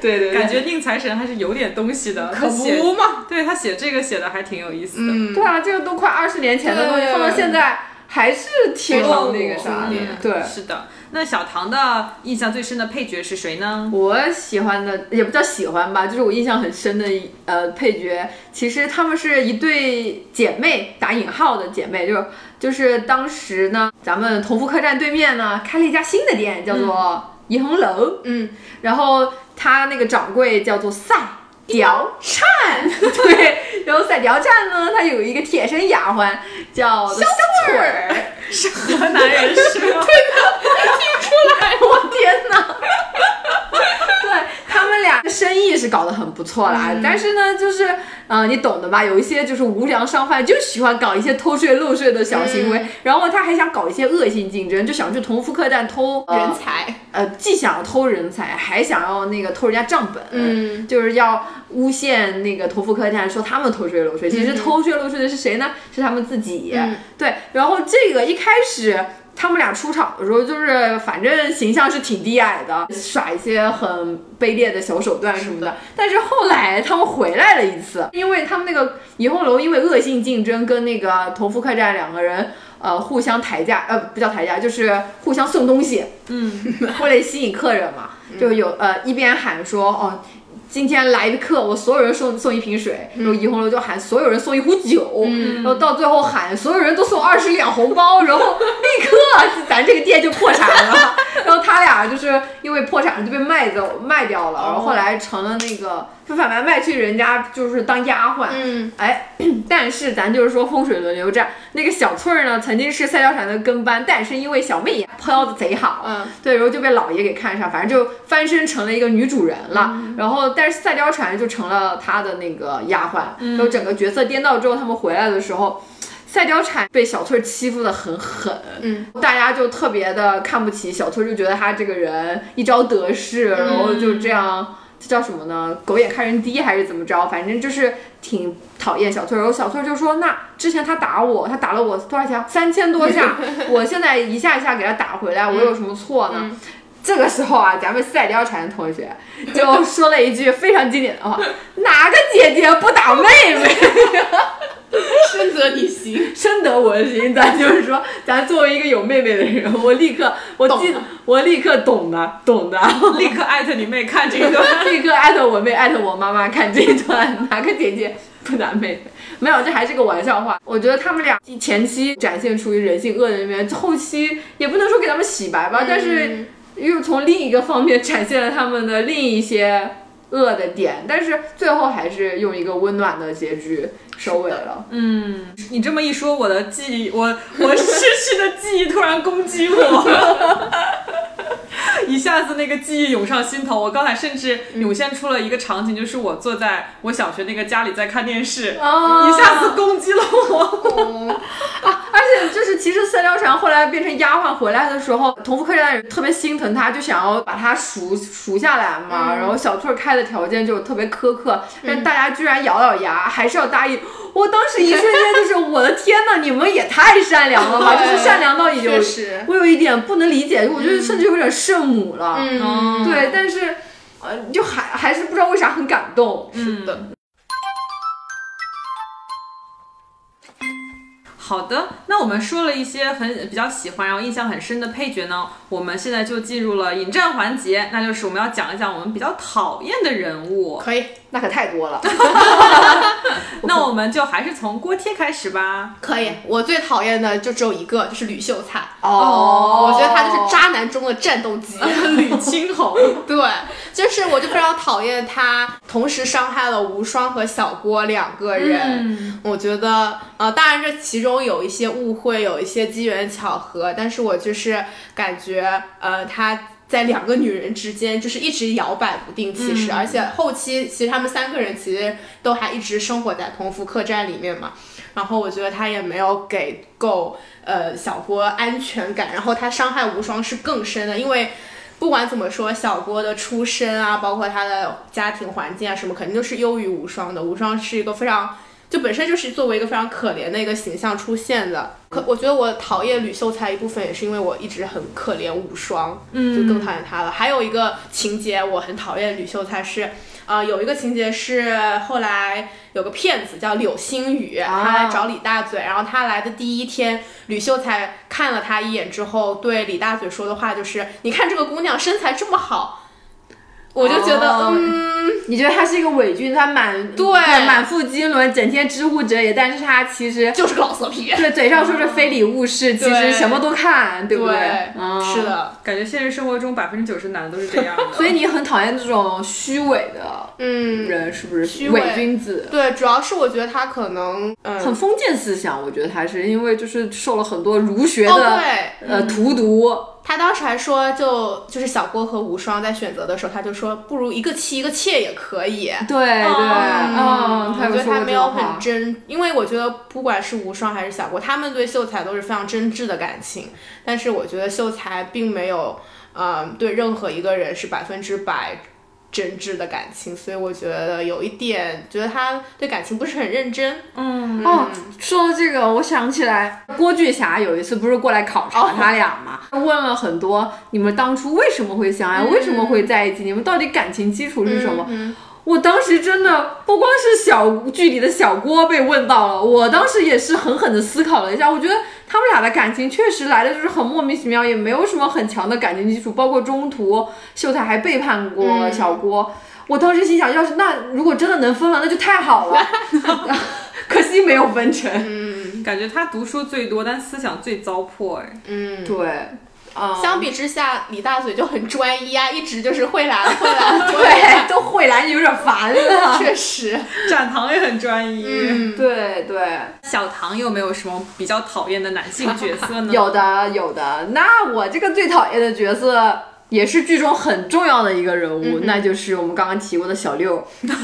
S2: 对对对，
S1: 感觉宁财神还是有点东西的，
S3: 可
S1: 他写
S3: 不嘛。
S1: 对他写这个写的还挺有意思的。
S3: 嗯，
S2: 对啊，这个都快二十年前的东西，
S3: 对
S2: 放到现在还是挺
S3: 非常
S2: 那个啥的
S3: 经典。
S2: 对，
S1: 是的。那小唐的印象最深的配角是谁呢？
S2: 我喜欢的也不叫喜欢吧，就是我印象很深的一呃配角，其实她们是一对姐妹，打引号的姐妹，就是就是当时呢，咱们同福客栈对面呢开了一家新的店，叫做怡恒楼，
S3: 嗯，
S2: 然后他那个掌柜叫做赛。貂蝉， <laughs> 对，然后赛貂蝉呢，她有一个铁身丫鬟叫小翠儿，
S1: 是河南人是吗？
S2: 我天哪！对他们俩生意是搞得很不错啦，但是呢，就是呃，你懂的吧？有一些就是无良商贩就喜欢搞一些偷税漏税的小行为，然后他还想搞一些恶性竞争，就想去同福客栈偷呃
S3: 人才，
S2: 呃，既想要偷人才，还想要那个偷人家账本，
S3: 嗯，
S2: 就是要诬陷那个同福客栈说他们偷税漏税。其实
S3: 嗯
S2: 偷税漏税的是谁呢？是他们自己。
S3: 嗯
S2: 对，然后这个一开始。他们俩出场的时候，就是反正形象是挺低矮的，耍一些很卑劣的小手段什么的。但是后来他们回来了一次，因为他们那个怡红楼因为恶性竞争跟那个同福客栈两个人呃互相抬价，呃不叫抬价，就是互相送东西，为了吸引客人嘛，就有呃一边喊说哦，今天来一客，我所有人送送一瓶水，然后怡红楼就喊所有人送一壶酒，然后到最后喊所有人都送二十两红包，然后立刻咱这个店就破产了。然后他俩就是因为破产就被卖走卖掉了，然后后来成了那个就反卖卖去人家就是当丫鬟，
S3: 嗯，
S2: 哎，但是咱就是说风水轮流转，那个小翠儿呢，曾经是赛貂蝉的跟班，但是因为小媚眼飘的贼好，
S3: 嗯，
S2: 对，然后就被老爷给看上，反正就翻身成了一个女主人了。
S3: 嗯
S2: 然后，但是赛貂蝉就成了她的那个丫鬟，
S3: 嗯
S2: 然后整个角色颠倒之后，他们回来的时候。赛貂蝉被小翠儿欺负的很狠，
S3: 嗯，
S2: 大家就特别的看不起小翠儿，就觉得她这个人一招得势，
S3: 嗯
S2: 然后就这样，这叫什么呢？狗眼看人低还是怎么着？反正就是挺讨厌小翠儿。然后小翠儿就说：“那之前他打我，他打了我多少下？三千多
S3: <laughs>
S2: 下，我现在一下一下给他打回来，我
S3: 嗯
S2: 有什么错呢？”这个时候啊，咱们赛貂蝉同学 <laughs> 就说了一句非常经典的话：“哪个姐姐不打妹妹？” <laughs>
S3: 深得你心，
S2: 深得我的心。咱就是说，咱作为一个有妹妹的人，我立刻，我
S3: 懂
S2: 记
S3: 了，
S2: 我立刻懂的，懂的，
S1: <laughs> 立刻艾特你妹看这个。
S2: <laughs> 立刻艾特我妹，艾特我妈妈看这一段，哪个姐姐不打妹妹？没有，这还是个玩笑话。我觉得他们俩前期展现出于人性恶的一面，后期也不能说给他们洗白吧，但
S1: 嗯
S2: 是又从另一个方面展现了他们的另一些恶的点，但是最后还是用一个温暖的结局收尾了。
S1: 嗯， <laughs> 你这么一说，我的记忆，我我失去的记忆突然攻击我， <laughs> 一下子那个记忆涌上心头。我刚才甚至涌现出了一个场景，就是我坐在我小学那个家里在看电视，
S2: 哦
S1: 一下子攻击了我。
S2: 而且就是，其实赛貂蝉后来变成丫鬟回来的时候，同福客栈的人特别心疼她，就想要把她赎赎下来嘛。
S3: 嗯
S2: 然后小翠儿开的条件就特别苛刻，但大家居然咬咬牙还是要答应。我当时一瞬间就是，我的天呐，你们也太善良了
S3: <laughs>
S2: 吧！就是善良到已经
S3: 确实，
S2: 我有一点不能理解，我觉得甚至有点圣母了。
S3: 嗯，
S2: 对，但是呃，就还还是不知道为啥很感动。
S1: 是
S3: 的。
S1: 好的，那我们说了一些很比较喜欢，然后印象很深的配角呢，我们现在就进入了引战环节，那就是我们要讲一讲我们比较讨厌的人
S3: <laughs>
S1: 物。
S3: 可以，
S2: 那可太多了。
S1: 那我们就还是从锅贴开始吧。
S3: 可以。我最讨厌的就只有一个，就是吕秀才。
S2: 哦
S3: 我觉得他就是渣男中的战斗
S1: <laughs>
S3: 机。
S1: 吕青红，
S3: <laughs> 对，就是我就非常讨厌他，同时伤害了无双和小郭两个人。
S1: 嗯
S3: 我觉得，呃，当然这其中有一些误会，有一些机缘巧合，但是我就是感觉，呃，他。在两个女人之间，就是一直摇摆不定，其
S1: 嗯
S3: 实，而且后期其实他们三个人其实都还一直生活在同福客栈里面嘛。然后我觉得他也没有给够呃小郭安全感，然后他伤害无双是更深的，因为不管怎么说，小郭的出身啊，包括他的家庭环境啊什么，肯定都是优于无双的。无双是一个非常。就本身就是作为一个非常可怜的一个形象出现的。可我觉得我讨厌吕秀才一部分也是因为我一直很可怜无双，嗯，就更讨厌他了。还有一个情节我很讨厌吕秀才是。啊、有一个情节是后来有个骗子叫柳星宇，
S2: 啊
S3: 他来找李大嘴，然后他来的第一天，吕秀才看了他一眼之后，对李大嘴说的话就是：“你看这个姑娘身材这么好。”我就觉得，
S2: 哦
S3: 嗯，
S2: 你觉得他是一个伪君，他满
S3: 对
S2: 满腹经纶，整天知乎者也，但是他其实
S3: <laughs> 就是个老色批。
S2: 对嘴上说着非礼勿视，其实
S3: 对
S2: 什么都看， <laughs> 对不嗯，
S3: 是。的，
S1: 感觉现实生活中百分之九十男的都是这样的。
S2: 所以你很讨厌这种虚伪的
S3: 嗯，
S2: 人，是不是？
S3: 虚伪
S2: 伪君子。
S3: 对，主要是我觉得他可能，嗯，
S2: 很封建思想，我觉得他是因为就是受了很多儒学
S3: 哦，
S2: 的、
S3: 对，
S2: 呃荼毒，
S3: 他当时还说就，就是小郭和无双在选择的时候，他就说，不如一个妻一个妾也可以。
S2: 对对，嗯，
S3: 哦我
S2: 他
S3: 觉
S2: 有
S3: 得
S2: 说过
S3: 他
S2: 这
S3: 没
S2: 种
S3: 有
S2: 话
S3: 很，真，因为我觉得不管是无双还是小郭，他们对秀才都是非常真挚的感情，但是我觉得秀才并没有，呃，对任何一个人是百分之百真挚的感情，所以我觉得有一点，觉得他对感情不是很认真。
S1: 嗯，
S2: 哦，说到这个，我想起来郭巨侠有一次不是过来考察他俩嘛，问了很多你们当初为什么会相爱，为什么会在一起，你们到底感情基础是什么？我当时真的不光是小剧里的小郭被问到了，我当时也是狠狠的思考了一下，我觉得他们俩的感情确实来的就是很莫名其妙，也没有什么很强的感情基础，包括中途秀才还背叛过小郭。我当时心想，要是那如果真的能分了，那就太好了。 <laughs> 可惜没有分成。
S1: 感觉他读书最多，但思想最糟粕哎。 <laughs>
S3: 嗯，
S2: 对，啊、
S3: 相比之下，李大嘴就很专一啊，一直就是会来
S2: <laughs>
S3: 会来
S2: 对，都慧兰有点烦了。
S3: 确实， <laughs>
S1: 展堂也很专一。
S2: <laughs>
S3: 嗯，
S2: 对对，
S1: 小唐有没有什么比较讨厌的男性角色呢？
S2: 有的有的。那我这个最讨厌的角色，也是剧中很重要的一个人物，那就是我们刚刚提过的小六。 <laughs>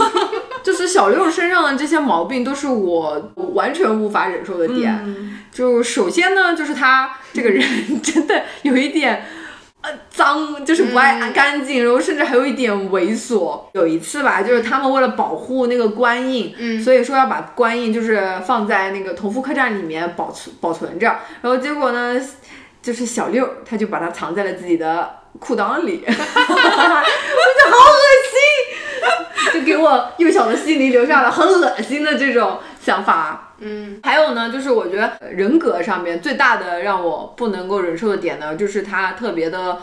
S2: 就是小六身上的这些毛病，都是我完全无法忍受的点。就首先呢，就是他这个人 <laughs> 真的有一点。呃，脏就是不
S3: 嗯
S2: 爱干净，然后甚至还有一点猥琐。有一次吧，就是他们为了保护那个官印，
S3: 嗯
S2: 所以说要把官印就是放在那个同福客栈里面保存保存着。然后结果呢，就是小六他就把它藏在了自己的裤裆里， <laughs> 我觉得好恶心，就给我幼小的心灵留下了很恶心的这种想法。
S3: 嗯，
S2: 还有呢，就是我觉得人格上面最大的让我不能够忍受的点呢，就是他特别的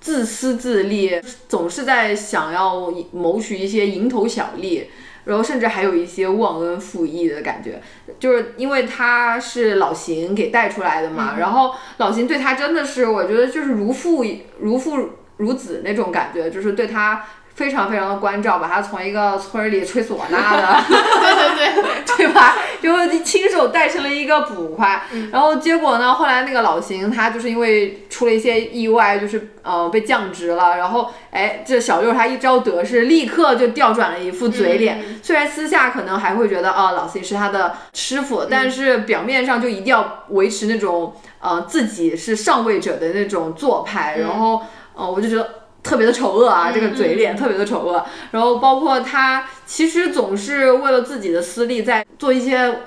S2: 自私自利，总是在想要谋取一些蝇头小利。然后甚至还有一些忘恩负义的感觉，就是因为他是老邢给带出来的嘛，然后老邢对他真的是，我觉得就是如父如父如子那种感觉，就是对他非常非常的关照，把他从一个村儿里吹唢呐的，
S3: 对对对。
S2: <laughs> 对吧？就是亲手带成了一个捕快，然后结果呢，后来那个老邢他就是因为出了一些意外，就是呃被降职了，然后哎，这小六他一招得势，立刻就调转了一副嘴脸。虽然私下可能还会觉得啊、老邢是他的师傅，但是表面上就一定要维持那种呃自己是上位者的那种做派，然后呃我就觉得特别的丑恶啊，这个嘴脸特别的丑恶。然后包括他其实总是为了自己的私利在做一些。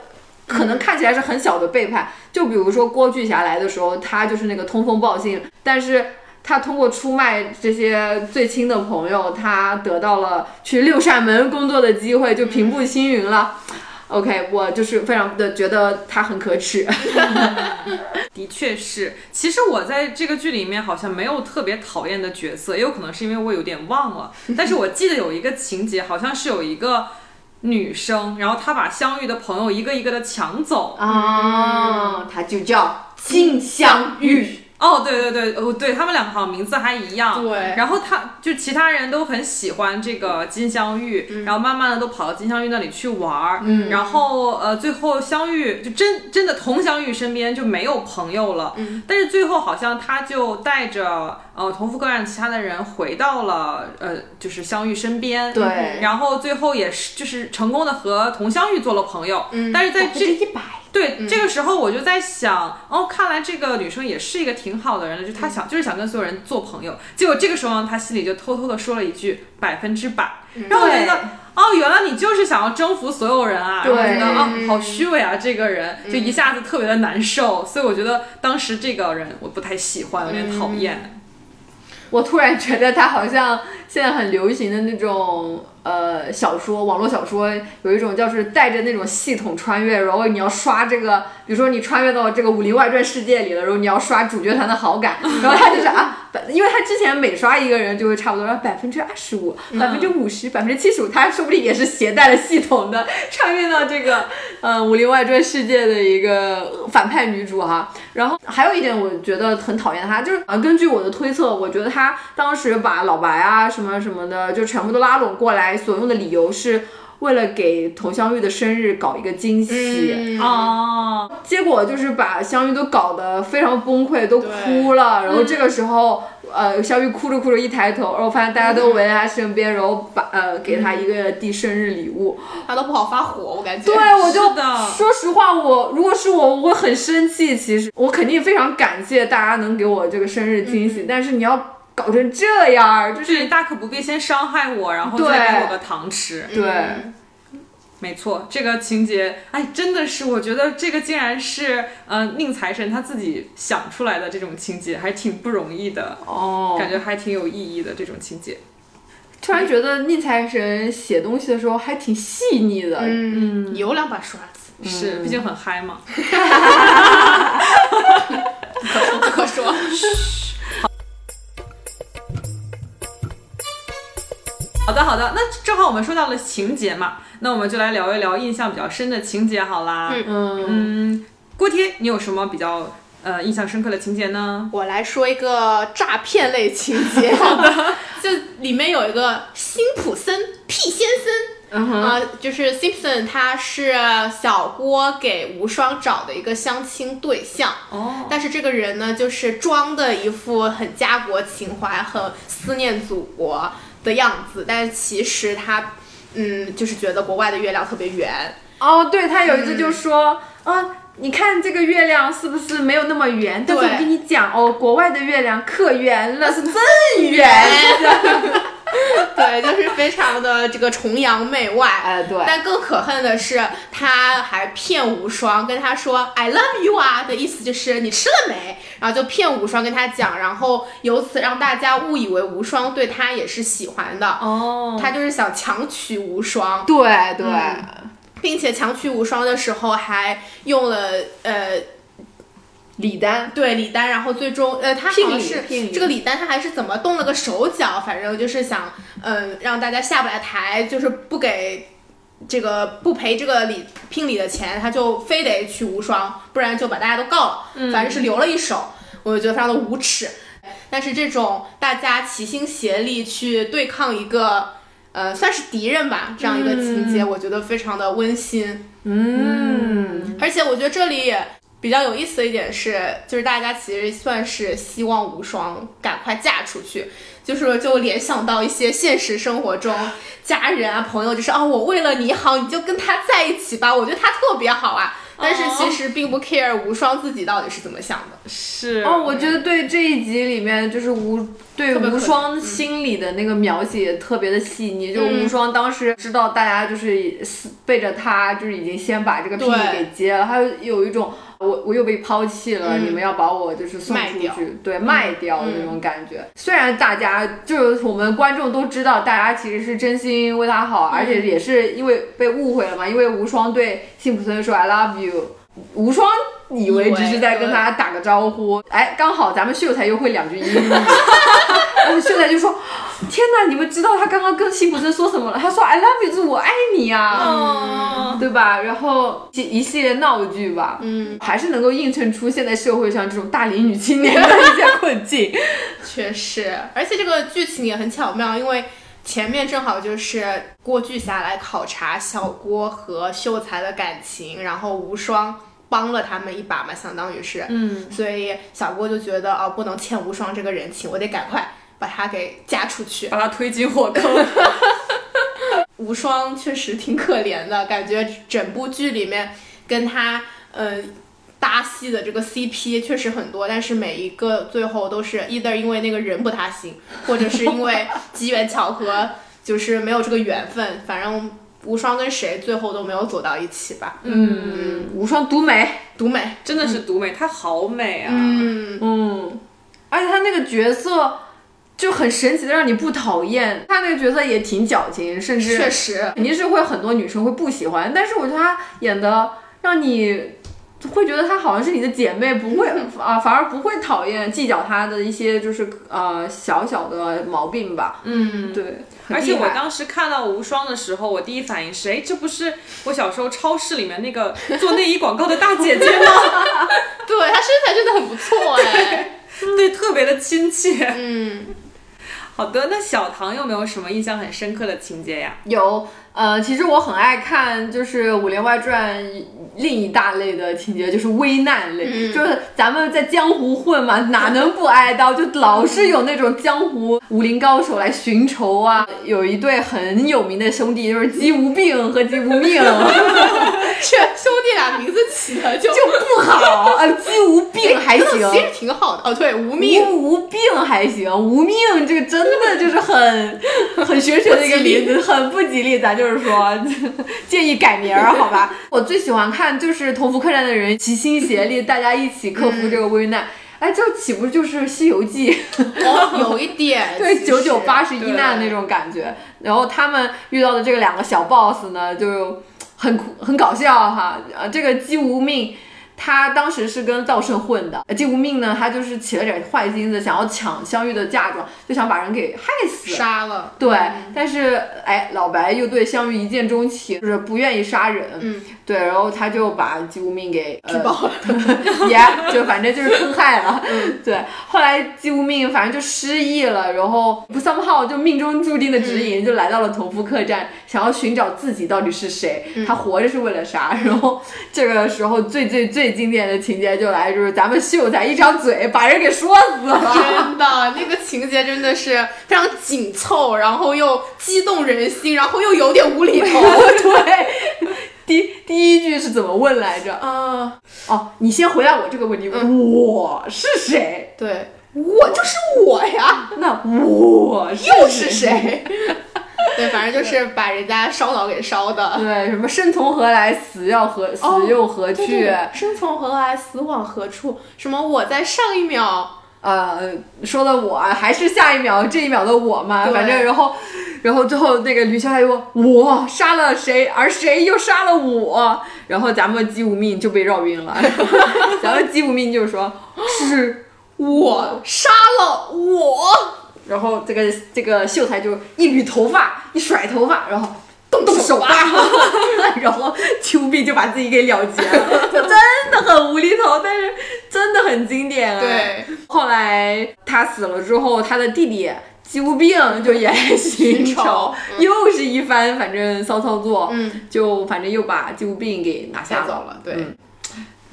S2: 可能看起来是很小的背叛，就比如说郭巨侠来的时候，他就是那个通风报信，但是他通过出卖这些最亲的朋友，他得到了去六扇门工作的机会，就平步青云了。OK，我就是非常的觉得他很可耻。
S1: 的确是，其实我在这个剧里面好像没有特别讨厌的角色，也有可能是因为我有点忘了，但是我记得有一个情节，好像是有一个女生，然后她把相遇的朋友一个一个的抢走。
S2: 啊，它就叫金镶玉。
S1: 哦，对对对，哦，对他们两个好像名字还一样。
S3: 对
S1: 然后他就其他人都很喜欢这个金镶玉，然后慢慢的都跑到金镶玉那里去玩儿。嗯，然后呃，最后镶玉就真真的佟镶玉身边就没有朋友了。嗯，但是最后好像他就带着呃同福客栈其他的人回到了呃就是镶玉身边。
S2: 对
S1: 然后最后也是就是成功的和佟镶玉做了朋友。嗯但是在这
S2: 一百
S1: 对，这个时候我就在想，哦，看来这个女生也是一个挺好的人了，
S2: 嗯
S1: 就她想、就是想跟所有人做朋友。结果这个时候呢，她心里就偷偷的说了一句百分之百，
S2: 嗯
S1: 让我觉得，哦，原来你就是想要征服所有人啊，然后觉得
S2: 对
S1: 啊、
S2: 嗯
S1: 好虚伪啊，这个人就一下子特别的难受。所以我觉得当时这个人我不太喜欢，有点讨厌。
S2: 我突然觉得他好像现在很流行的那种呃小说，网络小说有一种叫是带着那种系统穿越，然后你要刷这个，比如说你穿越到这个《武林外传》世界里了，然后你要刷主角团的好感，然后他就是啊，百因为他之前每刷一个人就会差不多百分之二十五、百分之五十、百分之七十五，他说不定也是携带了系统的穿越到这个呃《武林外传》世界的一个反派女主哈、然后还有一点，我觉得很讨厌他，就是呃，根据我的推测，我觉得他当时把老白啊什么什么的，就全部都拉拢过来，所用的理由是为了给佟湘玉的生日搞一个惊喜。
S1: 哦，
S2: 结果就是把香玉都搞得非常崩溃，都哭了。然后这个时候，呃，香玉哭着哭着一抬头，然后发现大家都围在她身边，然后把呃给她一个递生日礼物。
S3: 他都不好发火，我感觉。
S2: 对，我就是
S1: 的
S2: 说实话，我如果是我，我会很生气。其实我肯定非常感谢大家能给我这个生日惊喜，但是你要搞成这样儿，就
S1: 就是
S2: 嗯是
S1: 你大可不必先伤害我，然后再
S2: 对
S1: 给我个糖吃。
S2: 对。
S3: 嗯
S1: 没错，这个情节，哎，真的是，我觉得这个竟然是呃宁财神他自己想出来的这种情节，还挺不容易的，
S2: 哦
S1: 感觉还挺有意义的这种情节。
S2: 突然觉得宁财神写东西的时候还挺细腻的，
S3: 嗯，有两把刷子，
S1: 是，毕竟很嗨嘛。
S3: 不可说不可说。
S1: 好的，好的，那正好我们说到了情节嘛，那我们就来聊一聊印象比较深的情节好啦。
S3: 嗯
S2: 嗯
S1: 锅贴，你有什么比较呃印象深刻的情节呢？
S3: 我来说一个诈骗类情
S2: <laughs>
S3: 节， <laughs> 就里面有一个辛普森 P 先生。
S2: 嗯哼
S3: 啊、就是 Simpson，他是小郭给无双找的一个相亲对象。
S1: 哦，
S3: 但是这个人呢，就是装的一副很家国情怀、很思念祖国的样子，但是其实他，嗯，就是觉得国外的月亮特别圆。
S2: 哦，对他有一次就说，啊，你看这个月亮是不是没有那么圆？但是
S3: 对
S2: 我跟你讲哦，国外的月亮可圆了，是真圆。
S3: <laughs> 对，就是非常的这个崇洋媚
S2: <laughs>
S3: 外。
S2: 哎对
S3: 但更可恨的是，他还骗无双，跟他说 “I love you 啊”的意思就是你吃了没，然后就骗无双跟他讲，然后由此让大家误以为无双对他也是喜欢的。
S2: 哦，
S3: 他就是想强娶无双，
S2: 对对，
S3: 并且强娶无双的时候还用了呃
S2: 李丹
S3: 对李丹，然后最终呃，他好
S2: 聘
S3: 像
S2: 礼
S3: 是
S2: 聘礼
S3: 这个李丹，他还是怎么动了个手脚，反正就是想嗯、呃让大家下不来台，就是不给这个不赔这个礼聘礼的钱，他就非得娶无双，不然就把大家都告了，
S2: 嗯
S3: 反正是留了一手，我就觉得非常的无耻。但是这种大家齐心协力去对抗一个呃算是敌人吧，这样一个情节，我觉得非常的温馨。
S2: 嗯，
S3: 而且我觉得这里也比较有意思的一点是，就是大家其实算是希望无双赶快嫁出去，就是就联想到一些现实生活中家人啊朋友，就是啊、我为了你好，你就跟他在一起吧，我觉得他特别好啊。但是其实并不 care 无双自己到底是怎么想的。
S1: 是
S2: 哦，我觉得对这一集里面就是无对
S3: 特别可
S2: 无双心理的那个描写特别的细腻，就
S3: 嗯
S2: 无双当时知道大家就是死背着他，就是已经先把这个聘礼
S3: 对
S2: 给接了，他有有一种我我又被抛弃了，
S3: 嗯
S2: 你们要把我就是送
S3: 卖
S2: 出
S3: 掉嗯
S2: 去，对，卖掉的那种感觉。虽然大家就是我们观众都知道，大家其实是真心为他好，而
S3: 嗯
S2: 且也是因为被误会了嘛，因为无双对辛普森说 I love you。无双以为只是在跟他打个招呼，哎，刚好咱们秀才又会两句英语， <laughs> 然后秀才就说：“天哪，你们知道他刚刚跟辛普森说什么了？他说 ‘I love you’，就是我爱你呀、
S1: 哦，
S2: 对吧？然后一一系列闹剧吧，
S3: 嗯，
S2: 还是能够映衬出现在社会上这种大龄女青年的一些
S1: <laughs>
S2: 困境。
S3: 确实，而且这个剧情也很巧妙，因为前面正好就是郭巨侠来考察小郭和秀才的感情，然后无双帮了他们一把嘛，相当于是，
S1: 嗯，
S3: 所以小郭就觉得啊、不能欠无双这个人情，我得赶快把他给嫁出去。
S1: 把他推进火坑。
S3: 无双确实挺可怜的，感觉整部剧里面跟他呃搭戏的这个 CP 确实很多，但是每一个最后都是 either 因为那个人不太行，或者是因为机缘巧合，就是没有这个缘分。反正无双跟谁最后都没有走到一起吧。
S2: 嗯，无双独美，
S3: 独美，啊
S1: 哎真的是独美，她好美啊！
S3: 嗯，
S2: 嗯，而且他那个角色就很神奇的让你不讨厌，他那个角色也挺矫情，甚至
S3: 确实，
S2: 肯定是会有很多女生会不喜欢，但是我觉得她演的让你会觉得她好像是你的姐妹，不会啊、反而不会讨厌计较她的一些就是呃小小的毛病吧。
S3: 嗯，
S2: 对，很
S1: 而且
S2: 厉
S1: 我
S2: 害
S1: 当时看到无双的时候，我第一反应是，哎，这不是我小时候超市里面那
S2: <laughs>
S1: 个做内衣广告的大姐姐吗？ <laughs>
S3: 对他身材真的很不错
S2: <laughs>
S3: 哎。
S1: 对，特别的亲切。
S3: 嗯，
S1: 好的，那小唐有没有什么印象很深刻的情节呀？
S2: 有呃，其实我很爱看就是《武林外传》另一大类的情节，就是危难类，
S3: 嗯
S2: 就是咱们在江湖混嘛，哪能不挨刀？就老是有那种江湖武林高手来寻仇啊。有一对很有名的兄弟，就是姬无病和姬无命， <laughs>
S3: 这兄弟俩名字起的就
S2: 就不好啊，姬无病还
S3: 其
S2: 行。
S3: 实挺好的。哦，对，无命
S2: 无无病还行，无命这个真的就是很 <laughs> 很玄学的一个名字，很不吉利。咱就是说， <laughs> 建议改名儿，好吧？我最喜欢看就是同福客栈的人齐心协力，大家一起克服这个危难。哎，这岂不就是《西游记》
S3: 哦，有一点
S2: <laughs> 对九九八十一
S1: 对
S2: 难那种感觉？然后他们遇到的这个两个小 boss 呢，就很苦很搞笑哈。呃，这个姬无命。他当时是跟道圣混的，呃姬无命呢，他就是起了点坏心思，想要抢香玉的嫁妆，就想把人给害死。
S3: 杀 <laughs> 了，
S2: 对，
S3: 嗯
S2: 但是哎，老白又对香玉一见钟情，就是不愿意杀人。
S3: 嗯，
S2: 对，然后他就把姬无命给
S3: 举
S2: 呃
S3: 报了。
S2: <laughs> 也就反正就是坑害了。
S3: 嗯
S2: 对，后来姬无命反正就失忆了，然后不 somehow 就命中注定的指
S3: 嗯
S2: 引，就来到了同福客栈，想要寻找自己到底是谁，
S3: 嗯
S2: 他活着是为了啥？然后这个时候最最最经典的情节就来，就是咱们秀才一张嘴把人给说死
S3: <laughs>
S2: 了。
S3: 真的，那个情节真的是非常紧凑，然后又激动人心，然后又有点无厘头。 <laughs>
S2: 对，第第一句是怎么问来着？
S3: 啊，
S2: 哦，你先回答我这个问题，
S3: 嗯
S2: 我是谁？
S3: 对，我就是我呀， <laughs>
S2: 那我是
S3: 又是谁？对，反正就是把人家烧脑给烧的。
S2: 对，什么生从何来，死要何死
S3: 哦
S2: 又何去？
S3: 对对对生从何来，死往何处？什么？我在上一秒，
S2: 呃，说的我还是下一秒这一秒的我嘛，
S3: 对
S2: 反正然后，然后最后那个吕小海又我杀了谁，而谁又杀了我，然后咱们姬无命就被绕晕了， <laughs> 咱们姬无命就说是。我，
S3: 我杀了我，
S2: 然后这个这个秀才就一捋头发，一甩头发，然后动动
S3: <laughs>
S2: 手吧，然后姬无命就把自己给了结
S3: <laughs>
S2: 了，就真的很无厘头，但是真的很经典啊。
S3: 对，
S2: 后来他死了之后，他的弟弟姬无病就也寻
S3: 寻
S2: 仇
S3: 仇，
S2: 又是一番反正骚操作，
S3: 嗯，
S2: 就反正又把姬无病给拿下
S3: 吓
S2: 了
S3: 走了，对，
S2: 嗯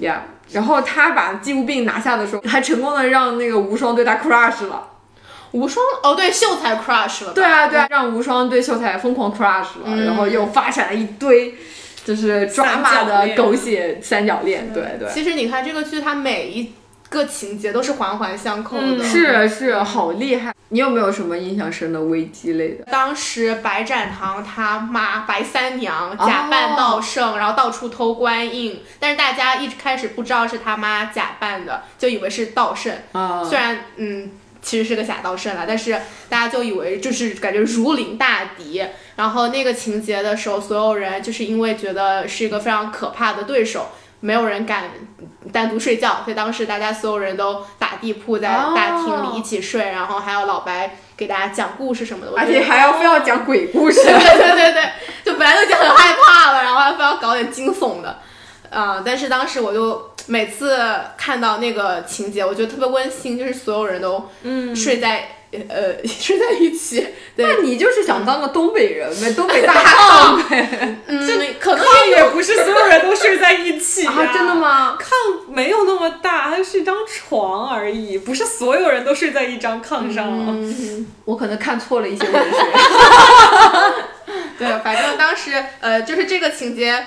S2: ，yeah。然后他把姬无病拿下的时候，还成功的让那个无双对他 crush 了。
S3: 无双，哦，对，秀才 crush 了吧，
S2: 对啊，对啊，让无双对秀才疯狂 crush 了，
S3: 嗯
S2: 然后又发展了一堆就是抓马
S1: 三角
S2: 的
S1: 恋
S2: 狗血三角恋。对对，
S3: 其实你看这个剧，它每一个情节都是环环相扣的。
S1: 嗯
S2: 是是，好厉害。你有没有什么印象深的危机类的？
S3: 当时白展堂他妈白三娘假扮道圣，然后到处偷官印，但是大家一开始不知道是他妈假扮的，就以为是道圣。
S2: 啊、
S3: 虽然嗯，其实是个假道圣了，但是大家就以为就是感觉如临大敌。然后那个情节的时候，所有人就是因为觉得是一个非常可怕的对手，没有人敢单独睡觉，所以当时大家所有人都打地铺在
S2: 哦
S3: 大厅里一起睡，然后还有老白给大家讲故事什么的，我
S2: 而
S3: 觉得
S2: 且还要非要讲鬼故事。
S3: 对对对对，就本来就已经很害怕了，然后还非要搞点惊悚的，啊、但是当时我就每次看到那个情节，我觉得特别温馨，就是所有人都
S1: 嗯
S3: 睡在、呃 <laughs> 睡在一起， <laughs> 对，
S2: 那你就是想当个东北人呗，东北大
S3: <laughs>
S2: 炕呗。
S3: 嗯，可能
S1: 炕也哎不是所有人都睡在一起呀、
S2: 哎啊，真的？吗？
S1: 炕没有那么大，它是一张床而已，不是所有人都睡在一张炕上啊。
S2: 嗯我可能看错了一些文学。
S3: 对，反正当时呃，就是这个情节。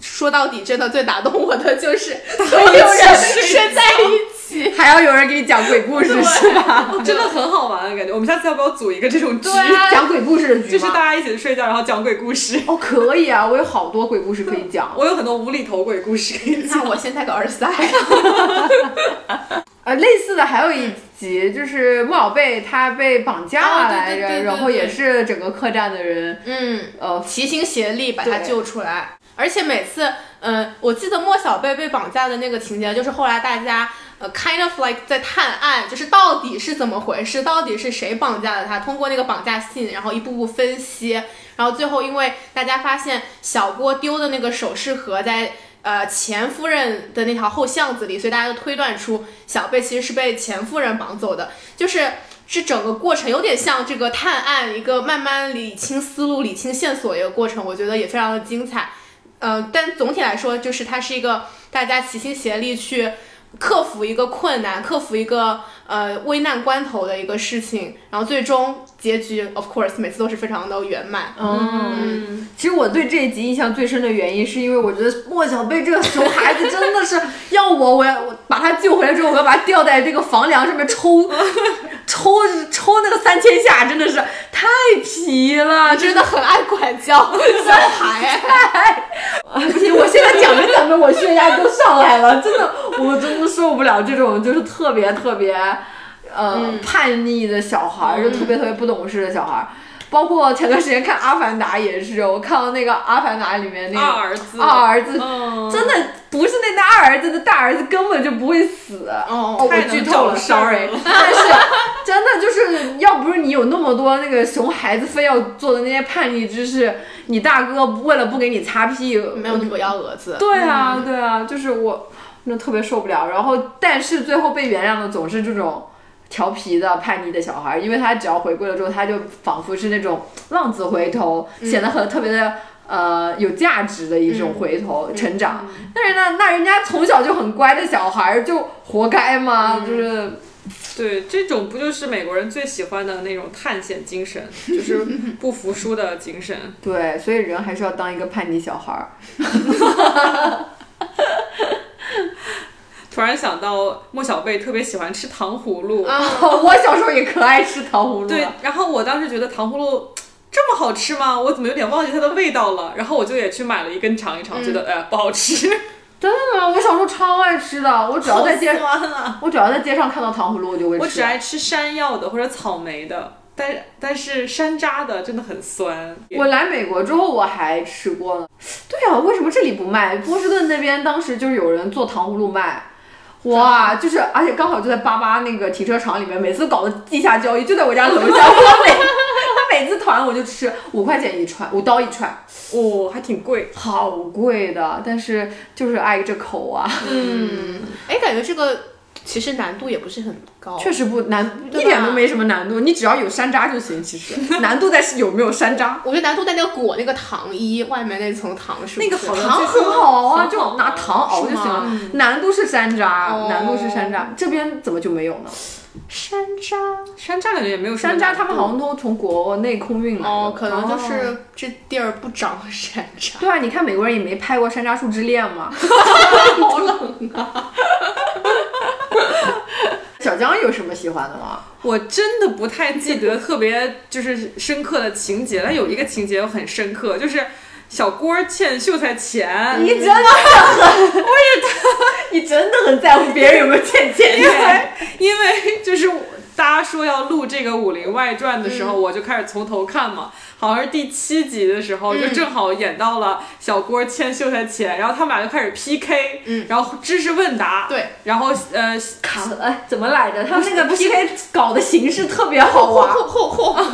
S3: 说到底，真的最打动我的 <laughs> 就是所有人睡在一起，
S2: 还要有人给你讲鬼故事是吧？
S1: 哦真的很好玩的啊感觉。我们下次要不要组一个这种局？
S3: 啊
S2: 讲鬼故事的局
S1: 就是
S2: 吗
S1: 大家一起睡觉，然后讲鬼故事。 <laughs>
S2: 哦，可以啊，我有好多鬼故事可以讲。
S1: 我有很多无厘头鬼故事可以讲。
S3: 那我现在个耳塞，
S2: 呃，类似的还有一集就是莫小贝他被绑架
S3: 嗯哦
S2: 来
S3: 对对对
S2: 着，
S3: 对对
S2: 然后也是整个客栈的人
S3: 嗯。
S2: 呃
S3: 齐心协力把他
S2: 对
S3: 救出来。而且每次，嗯、我记得莫小贝被绑架的那个情节，就是后来大家呃，kind of like 在探案，就是到底是怎么回事，到底是谁绑架了他？通过那个绑架信，然后一步步分析，然后最后因为大家发现小郭丢的那个首饰盒在。呃，钱夫人的那条后巷子里，所以大家就推断出小贝其实是被钱夫人绑走的，就是这整个过程有点像这个探案，一个慢慢理清思路、理清线索一个过程，我觉得也非常的精彩。呃，但总体来说，就是它是一个大家齐心协力去克服一个困难、克服一个呃危难关头的一个事情，然后最终结局，of course，每次都是非常的圆满。
S2: 嗯，其实我对这一集印象最深的原因，是因为我觉得莫小贝这个熊孩子真的是，要我我要我把他救回来之后，我要把他吊在这个房梁上面
S3: <laughs>
S2: 抽，抽抽那个三千下，真的是太皮了，
S3: 真的很爱管教小孩，
S2: 啊不行，我现在讲着讲着，我血压都上来了，真的，我真的受不了这种就是特别特别，呃，叛逆的小孩儿，就特别特别不懂事的小孩儿。包括前段时间看《阿凡达》也是，我看到那个《阿凡达》里面那个
S1: 二儿子
S2: 二儿子，
S1: 嗯
S2: 真的不是那大儿子，那大儿子根本就不会死。
S3: 哦，
S2: 哦，
S1: 太
S2: 我
S1: 能
S2: 剧透
S1: 找
S2: 了
S1: 事儿
S2: ，sorry
S1: 了。
S2: 但是真的就是，要不是你有那么多那个熊孩子非要做的那些叛逆之事，你大哥为了不给你擦屁股，
S3: 哦没有那么多幺蛾子。
S2: 对啊，对啊，就是我真的特别受不了。然后，但是最后被原谅的总是这种调皮的、叛逆的小孩，因为他只要回归了之后，他就仿佛是那种浪子回头，显得很特别的。呃，有价值的一种回头、成长，但是呢，那人家从小就很乖的小孩儿就活该吗？就是
S1: 对，这种不就是美国人最喜欢的那种探险精神，就是不服输的精神。
S2: 对，所以人还是要当一个叛逆小孩儿。
S1: 突然想到莫小贝特别喜欢吃糖葫芦，
S3: 啊，
S2: <laughs> 我小时候也可爱吃糖葫芦
S1: 对
S2: 了，，
S1: 然后我当时觉得糖葫芦这么好吃吗？我怎么有点忘记它的味道了？然后我就也去买了一根尝一尝，
S2: 嗯
S1: 觉得哎不好吃。
S2: 真的啊吗？我小时候超爱吃的，我只要在街上，
S3: 酸啊！
S2: 我只要在街上看到糖葫芦，我就会
S1: <laughs>
S2: 吃。
S1: 我只爱吃山药的或者草莓的，但但是山楂的真的很酸。
S2: 我来美国之后我还吃过呢。对啊，为什么这里不卖？波士顿那边当时就是有人做糖葫芦卖。哇，就是，而且刚好就在巴巴那个停车场里面，每次搞的地下交易就在我家楼下，我每他每次团我就吃五块钱一串，五刀一串，
S1: 哦，还挺贵。
S2: 好贵的，但是就是爱这口啊，
S3: 嗯，哎，感觉这个其实难度也不是很高。
S2: 确实不难，
S3: 对吧
S2: 一点都没什么难度，你只要有山楂就行。其实难度在是有没有山楂，
S3: 我觉得难度在那个裹那个糖衣外面那层糖是不是
S1: 那个好像
S2: 糖很好啊，就拿糖熬就是行
S3: 吗
S2: 了。难度是山楂
S3: 哦，
S2: 难度是山楂，这边怎么就没有呢？
S3: 山楂
S1: 山楂感觉也没有什么
S2: 山楂
S1: 难
S2: 他们
S1: 度
S2: 好像都从国内空运来的
S3: 哦，可能
S2: 嗯
S3: 就
S2: 哦
S3: 是这地儿不长山楂。
S2: 对啊，你看美国人也没拍过《山楂树之恋》 <laughs> 嘛。啊
S3: 好冷。
S2: <laughs> 小江有什么喜欢的吗？
S1: 我真的不太记得特别就是深刻的情节，但有一个情节我很深刻，就是小郭欠秀才钱，
S2: 你真的很，我也，你真的很在乎别人有没有欠钱
S1: 因为因为就是我大家说要录这个《武林外传》的时候，我就开始从头看嘛，好像是第七集的时候，就正好演到了小郭欠秀才钱，然后他们俩就开始 PK，、然后知识问答，
S3: 对，
S1: 然后呃
S2: 卡了， <laughs> 哎，怎么来着？他们那个 PK 搞的形式特别好啊 <laughs>
S3: <laughs>
S2: 玩。
S3: 后后后，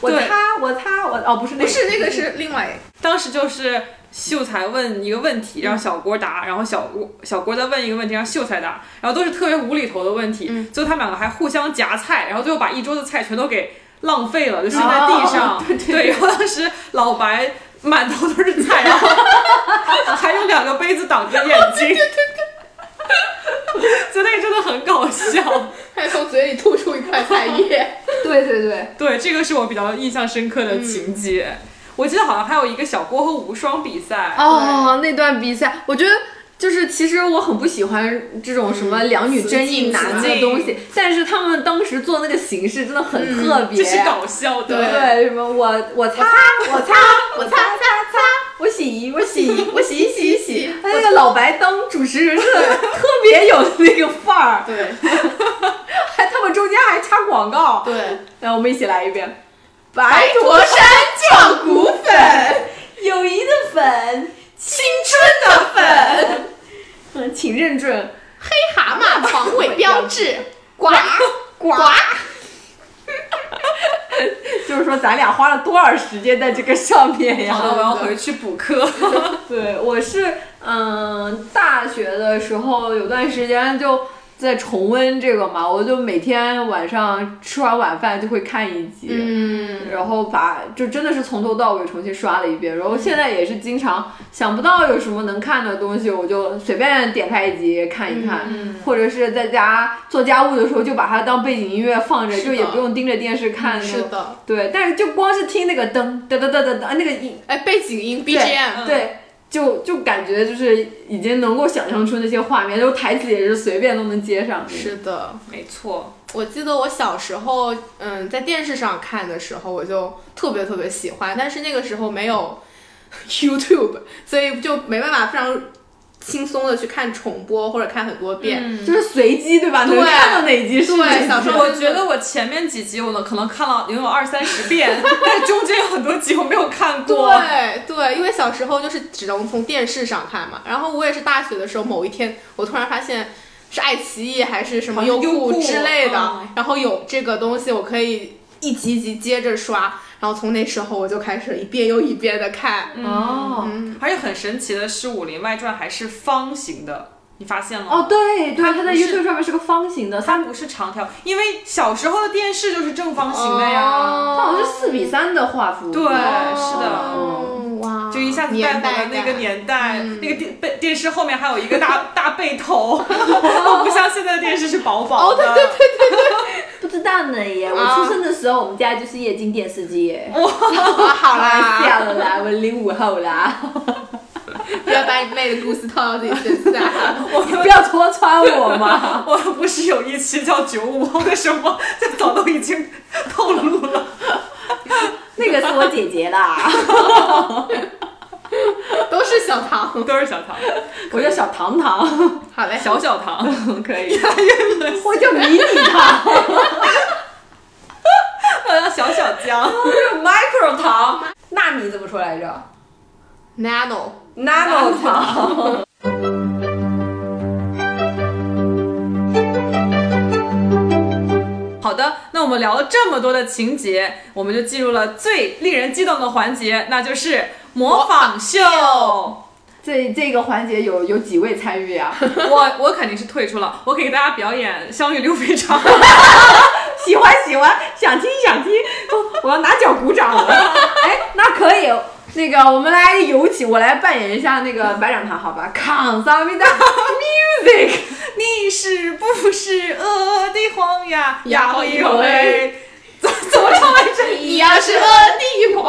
S2: 我
S1: 对
S2: 擦，我擦，我哦，不是那
S3: 不
S2: 个，
S3: 是那个是另外一
S1: 当时就是秀才问一个问题，
S2: 嗯
S1: 让小郭答，然后小郭小郭再问一个问题，让秀才答，然后都是特别无厘头的问题。
S2: 嗯
S1: 最后他们两个还互相夹菜，然后最后把一桌子菜全都给浪费了，就剩在地上。
S2: 哦对对对
S1: 然后当时老白满头都是菜，然后还用两个杯子挡着眼睛。就那个真的很搞笑，
S3: <laughs> 还从嘴里吐出一块菜叶。 <laughs>
S2: <laughs> 对对对，嗯
S1: 对，这个是我比较印象深刻的情节。我记得好像还有一个小郭和无双比赛，
S2: 哦，那段比赛，我觉得就是其实我很不喜欢这种什么两女争一男的东西，但是他们当时做那个形式真的很特别，
S1: 这是搞笑的。
S2: 对什么我我擦我擦我擦擦擦，我洗我洗我洗洗 <laughs> 洗，他那个老白当主持人真的特别有那个范儿，
S3: 对
S2: <laughs> 还他们中间还插广告，
S3: 对，
S2: 来我们一起来一遍，
S3: 白驼山壮骨粉，
S2: 友谊的粉，
S3: 青春的粉。
S2: 嗯，请认准。
S3: 黑蛤蟆防伪标志， <laughs> 呱呱，
S2: 就是说咱俩花了多少时间在这个上面
S1: 好的，我
S2: 呀？
S1: 要回去补课。
S2: 对，我是嗯，大学的时候有段时间就在重温这个嘛，我就每天晚上吃完晚饭就会看一集。
S3: 嗯，
S2: 然后把就真的是从头到尾重新刷了一遍，然后现在也是经常想不到有什么能看的东西，我就随便点开一集看一
S3: 嗯
S2: 看，或者是在家做家务的时候就把它当背景音乐放着，
S3: 是的嗯
S2: 就也不用盯着电视看那
S3: 是
S2: 种。
S3: 的，
S2: 对，但是就光是听那个噔噔噔噔噔啊噔那个音，
S3: 哎，背景音
S2: 对
S3: BGM，
S2: 对，就就感觉就是已经能够想象出那些画面，就台词也是随便都能接上。
S3: 是的，
S1: <laughs> 没错，
S3: 我记得我小时候，嗯，在电视上看的时候，我就特别特别喜欢，但是那个时候没有 <laughs> YouTube，所以就没办法非常轻松的去看重播或者看很多遍。
S2: 就是随机对吧？
S3: 对
S2: 能看到哪一集是
S3: 对
S2: 哪一集
S3: 小时候
S1: 我觉得我前面几集我呢可能看了能有二三十遍，但中间有很多集我没有看过。
S3: 对对，因为小时候就是只能从电视上看嘛。然后我也是大学的时候，某一天我突然发现是爱奇艺还是什么
S1: 好像
S3: 优酷
S1: 优酷
S3: 之类的，
S1: 嗯
S3: 然后有这个东西，我可以一集一集接着刷。然后从那时候我就开始一遍又一遍的看，
S2: 哦。
S1: 嗯而且很神奇的是，《武林外传》还是方形的，你发现了吗？
S2: 哦，对对，它在
S1: 不是哦
S2: YouTube 上面是个方形的，
S1: 它
S2: 三，
S1: 不是长条，因为小时候的电视就是正方形的呀。
S2: 它好像是四比三的画幅。
S1: 对是的
S3: 哦哇，
S1: 就一下子带
S3: 年
S1: 回
S3: 代
S1: 了那个
S3: 感
S1: 年代，那个电背电视后面还有一个大大背头， <laughs> 都不像现在的电视是薄薄的。
S2: 不知道呢耶，我
S3: 啊
S2: 出生的时候我们家就是液晶电视机耶。我
S3: 哇，好啦，
S2: 笑啦，我零五后啦，
S1: <laughs>
S3: 不要把你妹的故事套到自己身上。
S2: 你不要戳穿我嘛。 <laughs>
S1: 我不是有一期叫九五后的什么，这早都已经透露了。
S2: 那个是我姐姐啦，
S3: 都是小唐。
S1: 都是小唐，
S2: 我叫小糖糖，
S3: 好嘞，
S1: 小小 <laughs> 唐，
S2: 可以， <laughs> 我叫迷你糖，
S1: 我叫小小江。
S2: 我叫 micro <laughs> 糖，纳米怎么说来着
S3: Nano，
S2: ？nano 糖。
S1: <laughs>
S2: <laughs>
S1: 好的，那我们聊了这么多的情节，我们就进入了最令人激动的环节，那就是模仿秀。
S2: 这这个环节有有几位参与啊？
S1: 我我肯定是退出了，我给大家表演湘玉溜肥
S2: <laughs>
S1: 肠。
S2: 喜欢喜欢，想听想听，哦我我要拿脚鼓 <laughs> 掌了。哎，那可以，那个我们来有请我来扮演一下那个白展堂，好吧？康萨米达 <laughs> music，
S1: 你是不是我的皇呀？呀
S3: 呀
S1: 吼
S3: 吼
S1: 一
S3: 一
S1: 吼
S3: 吼
S1: 喂
S3: 喂！
S1: 怎怎么唱来着？
S3: 你要是饿地婆，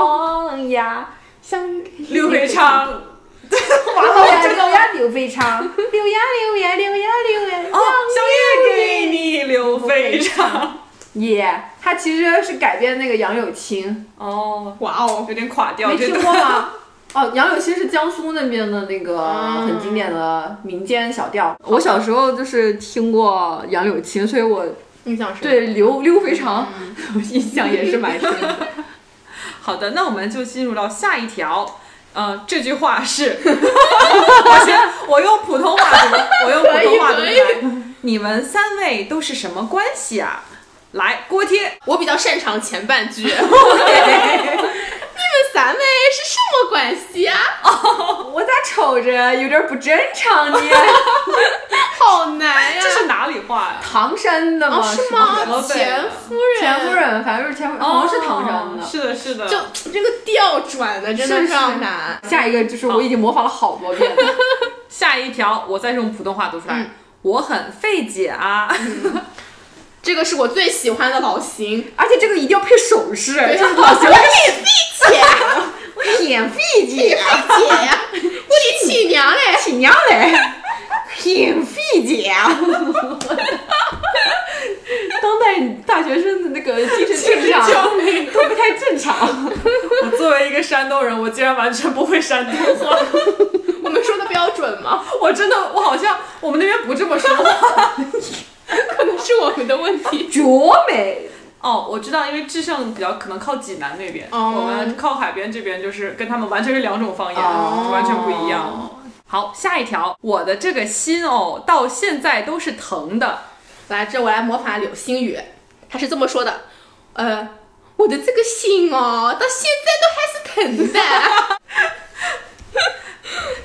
S2: 王呀，相
S1: 刘肥肠。
S2: <laughs> 完
S1: 哦
S2: 了，柳呀柳肥 <laughs> 肠，柳呀柳呀柳呀柳呀。
S1: 哦，小月给你留肥肠。
S2: 耶，它其实是改编那个杨柳青，
S1: 哦，
S3: 哇哦，
S1: 有点垮掉，
S2: 没
S1: 这
S2: 听
S1: 段
S2: 过吗？ <laughs> 哦，杨柳青是江苏那边的那个
S3: 嗯
S2: 很经典的民间小调。我小时候就是听过杨柳青，所以我
S3: 印象深。，
S2: 对嗯溜溜肥肠 <laughs> 印象也是蛮深的。
S1: 好的，那我们就进入到下一条。呃，这句话
S3: <laughs>
S1: 是，我先我用普通话读，我用普通话读
S3: <laughs> 可以
S1: 来。你们三位都是什么关系啊？来，锅
S3: <laughs>
S1: 贴，
S3: 我比较擅长前半句。你 <laughs> 们三位是什么关系啊？
S2: <laughs>
S3: <laughs>
S2: 我咋瞅着有点不正常呢？
S3: 好难呀
S1: 这！是哪里话啊呀、
S2: <laughs> 唐山的吗？
S3: 哦，是
S1: 河
S3: 吗？
S1: 北
S3: 前夫人，
S2: 前夫，人，反正是前夫，好哦像是唐山的。
S1: 是的，是的。
S3: 哦就这个调转的真的
S2: 是
S3: 非常
S2: 是
S3: 难。
S2: 下一个就是我已经模仿了好多遍 <laughs> 了。
S1: 下一条，我再用普通话读出来。
S3: 嗯
S1: 我很费解啊，
S2: 嗯
S3: 这个是我最喜欢的老邢，
S2: <laughs>
S3: <laughs>
S2: 而且这个一定要配手势，
S3: 对
S2: 就是老邢
S3: 我也费解，
S2: <laughs> 我免费姐，
S3: 姐呀，我的亲娘嘞！
S2: 起哎娘嘞， <laughs> 免费姐，啊
S4: 当代大学生的那个精神成
S2: <laughs>
S4: 长都不太正常。
S1: <laughs> 我作为一个山东人，我竟然完全不会山东话， <laughs>
S3: 我们说的标准吗？ <laughs>
S1: 我真的，我好像我们那边不这么说话。
S3: 可能是我们的问题。
S2: 绝美。
S1: 哦，我知道，因为智胜比较可能靠济南那边，
S3: 哦
S1: 我们靠海边这边就是跟他们完全是两种方言，
S3: 哦
S1: 完全不一样。好，下一条，我的这个心哦，到现在都是疼的。
S3: 来，这我来模仿柳星雨，他是这么说的：呃，我的这个心哦，到现在都还是疼的，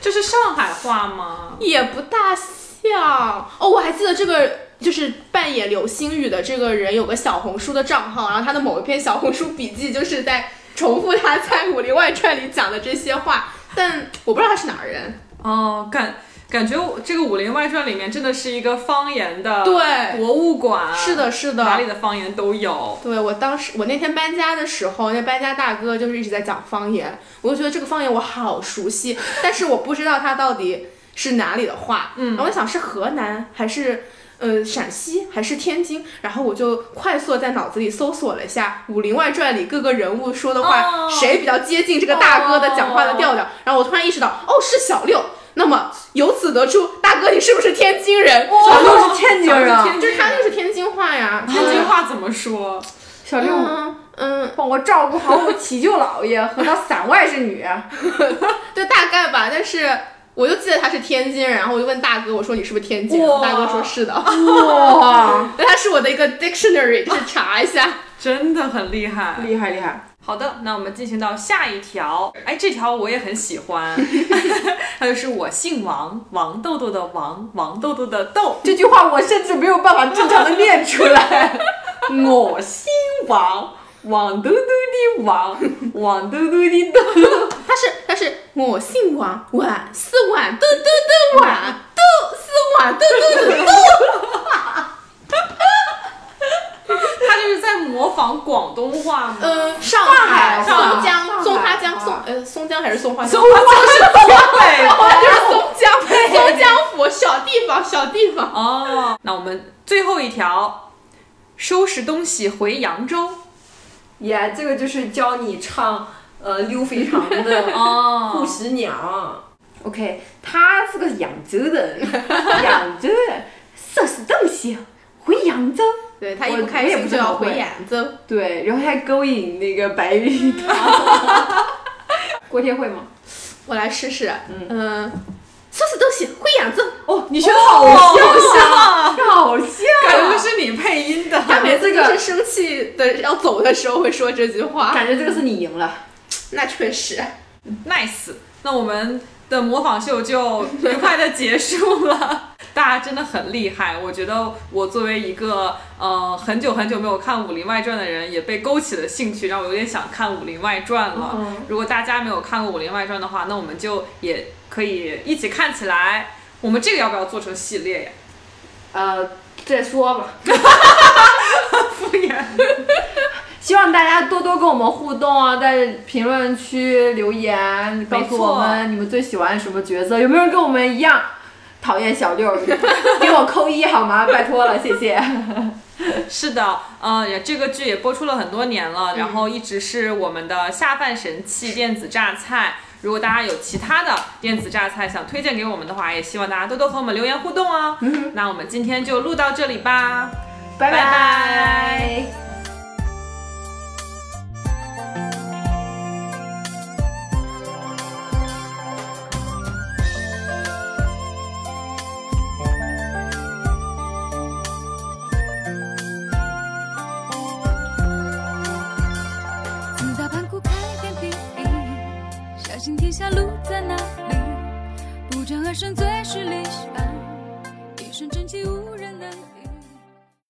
S1: 这是上海话吗？
S3: 也不大像。哦，我还记得这个。就是扮演柳星雨的这个人有个小红书的账号，然后他的某一篇小红书笔记就是在重复他在《武林外传》里讲的这些话，但我不知道他是哪儿人。
S1: 哦，感感觉我这个《武林外传》里面真的是一个方言的
S3: 对
S1: 博物馆，
S3: 是的，是的，哦
S1: 哪里的方言都有。
S3: 对我当时，我那天搬家的时候，那搬家大哥就是一直在讲方言，我就觉得这个方言我好熟悉，但是我不知道它到底是哪里的话。嗯，然后我想是河南还是呃陕西还是天津，然后我就快速地在脑子里搜索了一下《武林外传》里各个人物说的话，
S1: 哦
S3: 谁比较接近这个大哥的讲话的调调。然后我突然意识到，哦，是小六。那么由此得出，大哥你是不是天津人？
S2: 小六是天津人，
S1: 天
S3: 就
S1: 津
S3: 是他就是天津话呀。
S1: 天津话怎么说？
S2: 小六
S3: 嗯嗯，
S2: 帮我照顾好我七舅姥爷和他三外甥女。
S3: 对，大概吧。但是我就记得他是天津人，然后我就问大哥，我说你是不是天津人？
S1: 哇
S3: 大哥说是的。 <laughs>
S2: 哇，
S3: 那他是我的一个 dictionary，就是查一下。
S1: 真的很厉害。
S2: 厉害厉害！
S1: 好的，那我们进行到下一条。哎，这条我也很喜欢， <laughs> 它就是我姓王，王豆豆的王，王豆豆的豆。
S2: 这句话我甚至没有办法正常的念出 <laughs> 来。
S1: 我姓王，王嘟嘟的王，王嘟嘟的豆。
S3: 他是他是我姓王，碗是碗，嘟嘟的碗，嘟是碗，嘟嘟的嘟。
S1: 他就是在模仿广东话嘛。
S3: 嗯，上海、
S2: 上海
S3: 松江、松花江、
S2: 上
S3: 松呃松江还是松花江？
S1: 松花江是东北。
S3: 江就是松江，松江府小地方，小地方。
S1: 哦，那我们最后一条，收拾东西回扬州。
S2: 耶、这个就是教你唱呃溜肥肠 <laughs> 的啊
S1: 哦
S2: 顾，十娘。OK，他是个扬州 <laughs> 人，扬州人收拾东西回扬州。
S3: 对他一
S2: 我
S3: 不开
S2: 我也不
S3: 心
S2: 是
S3: 就要
S2: 很会
S3: 回扬州，
S2: 对，然后还勾引那个白玉 <laughs> 堂。锅贴会吗？
S3: 我来试试。嗯，收拾东西回扬州。
S2: 哦，你学的好
S1: <laughs>
S2: 像，好像。啊
S1: 感觉就是你配音的。
S3: 他每
S2: 这
S3: 次
S2: 个
S3: 就是生气的要走的时候会说这句话，
S2: 感觉这个是你赢了。
S3: 那确实。
S1: nice。那我们的模仿秀就愉快的结束了。大家真的很厉害，我觉得我作为一个呃很久很久没有看《武林外传》的人，也被勾起了兴趣，让我有点想看《武林外传》了。如果大家没有看过《武林外传》的话，那我们就也可以一起看起来。我们这个要不要做成系列呀？
S2: 呃，再说吧。
S1: 敷衍。
S2: 希望大家多多跟我们互动啊，在评论区留言，告诉我们你们最喜欢什么角色，有没有人跟我们一样讨厌小六？给我扣一好吗？拜托了，谢谢。
S1: 是的，呃，也这个剧也播出了很多年了，然后一直是我们的下饭神器电子榨菜。如果大家有其他的电子榨菜想推荐给我们的话，也希望大家多多和我们留言互动哦。那我们今天就录到这里吧。
S2: 拜
S1: 拜
S2: 拜
S5: 四大盘古开天辟地，小心天下路在哪里？不战而胜最是理想。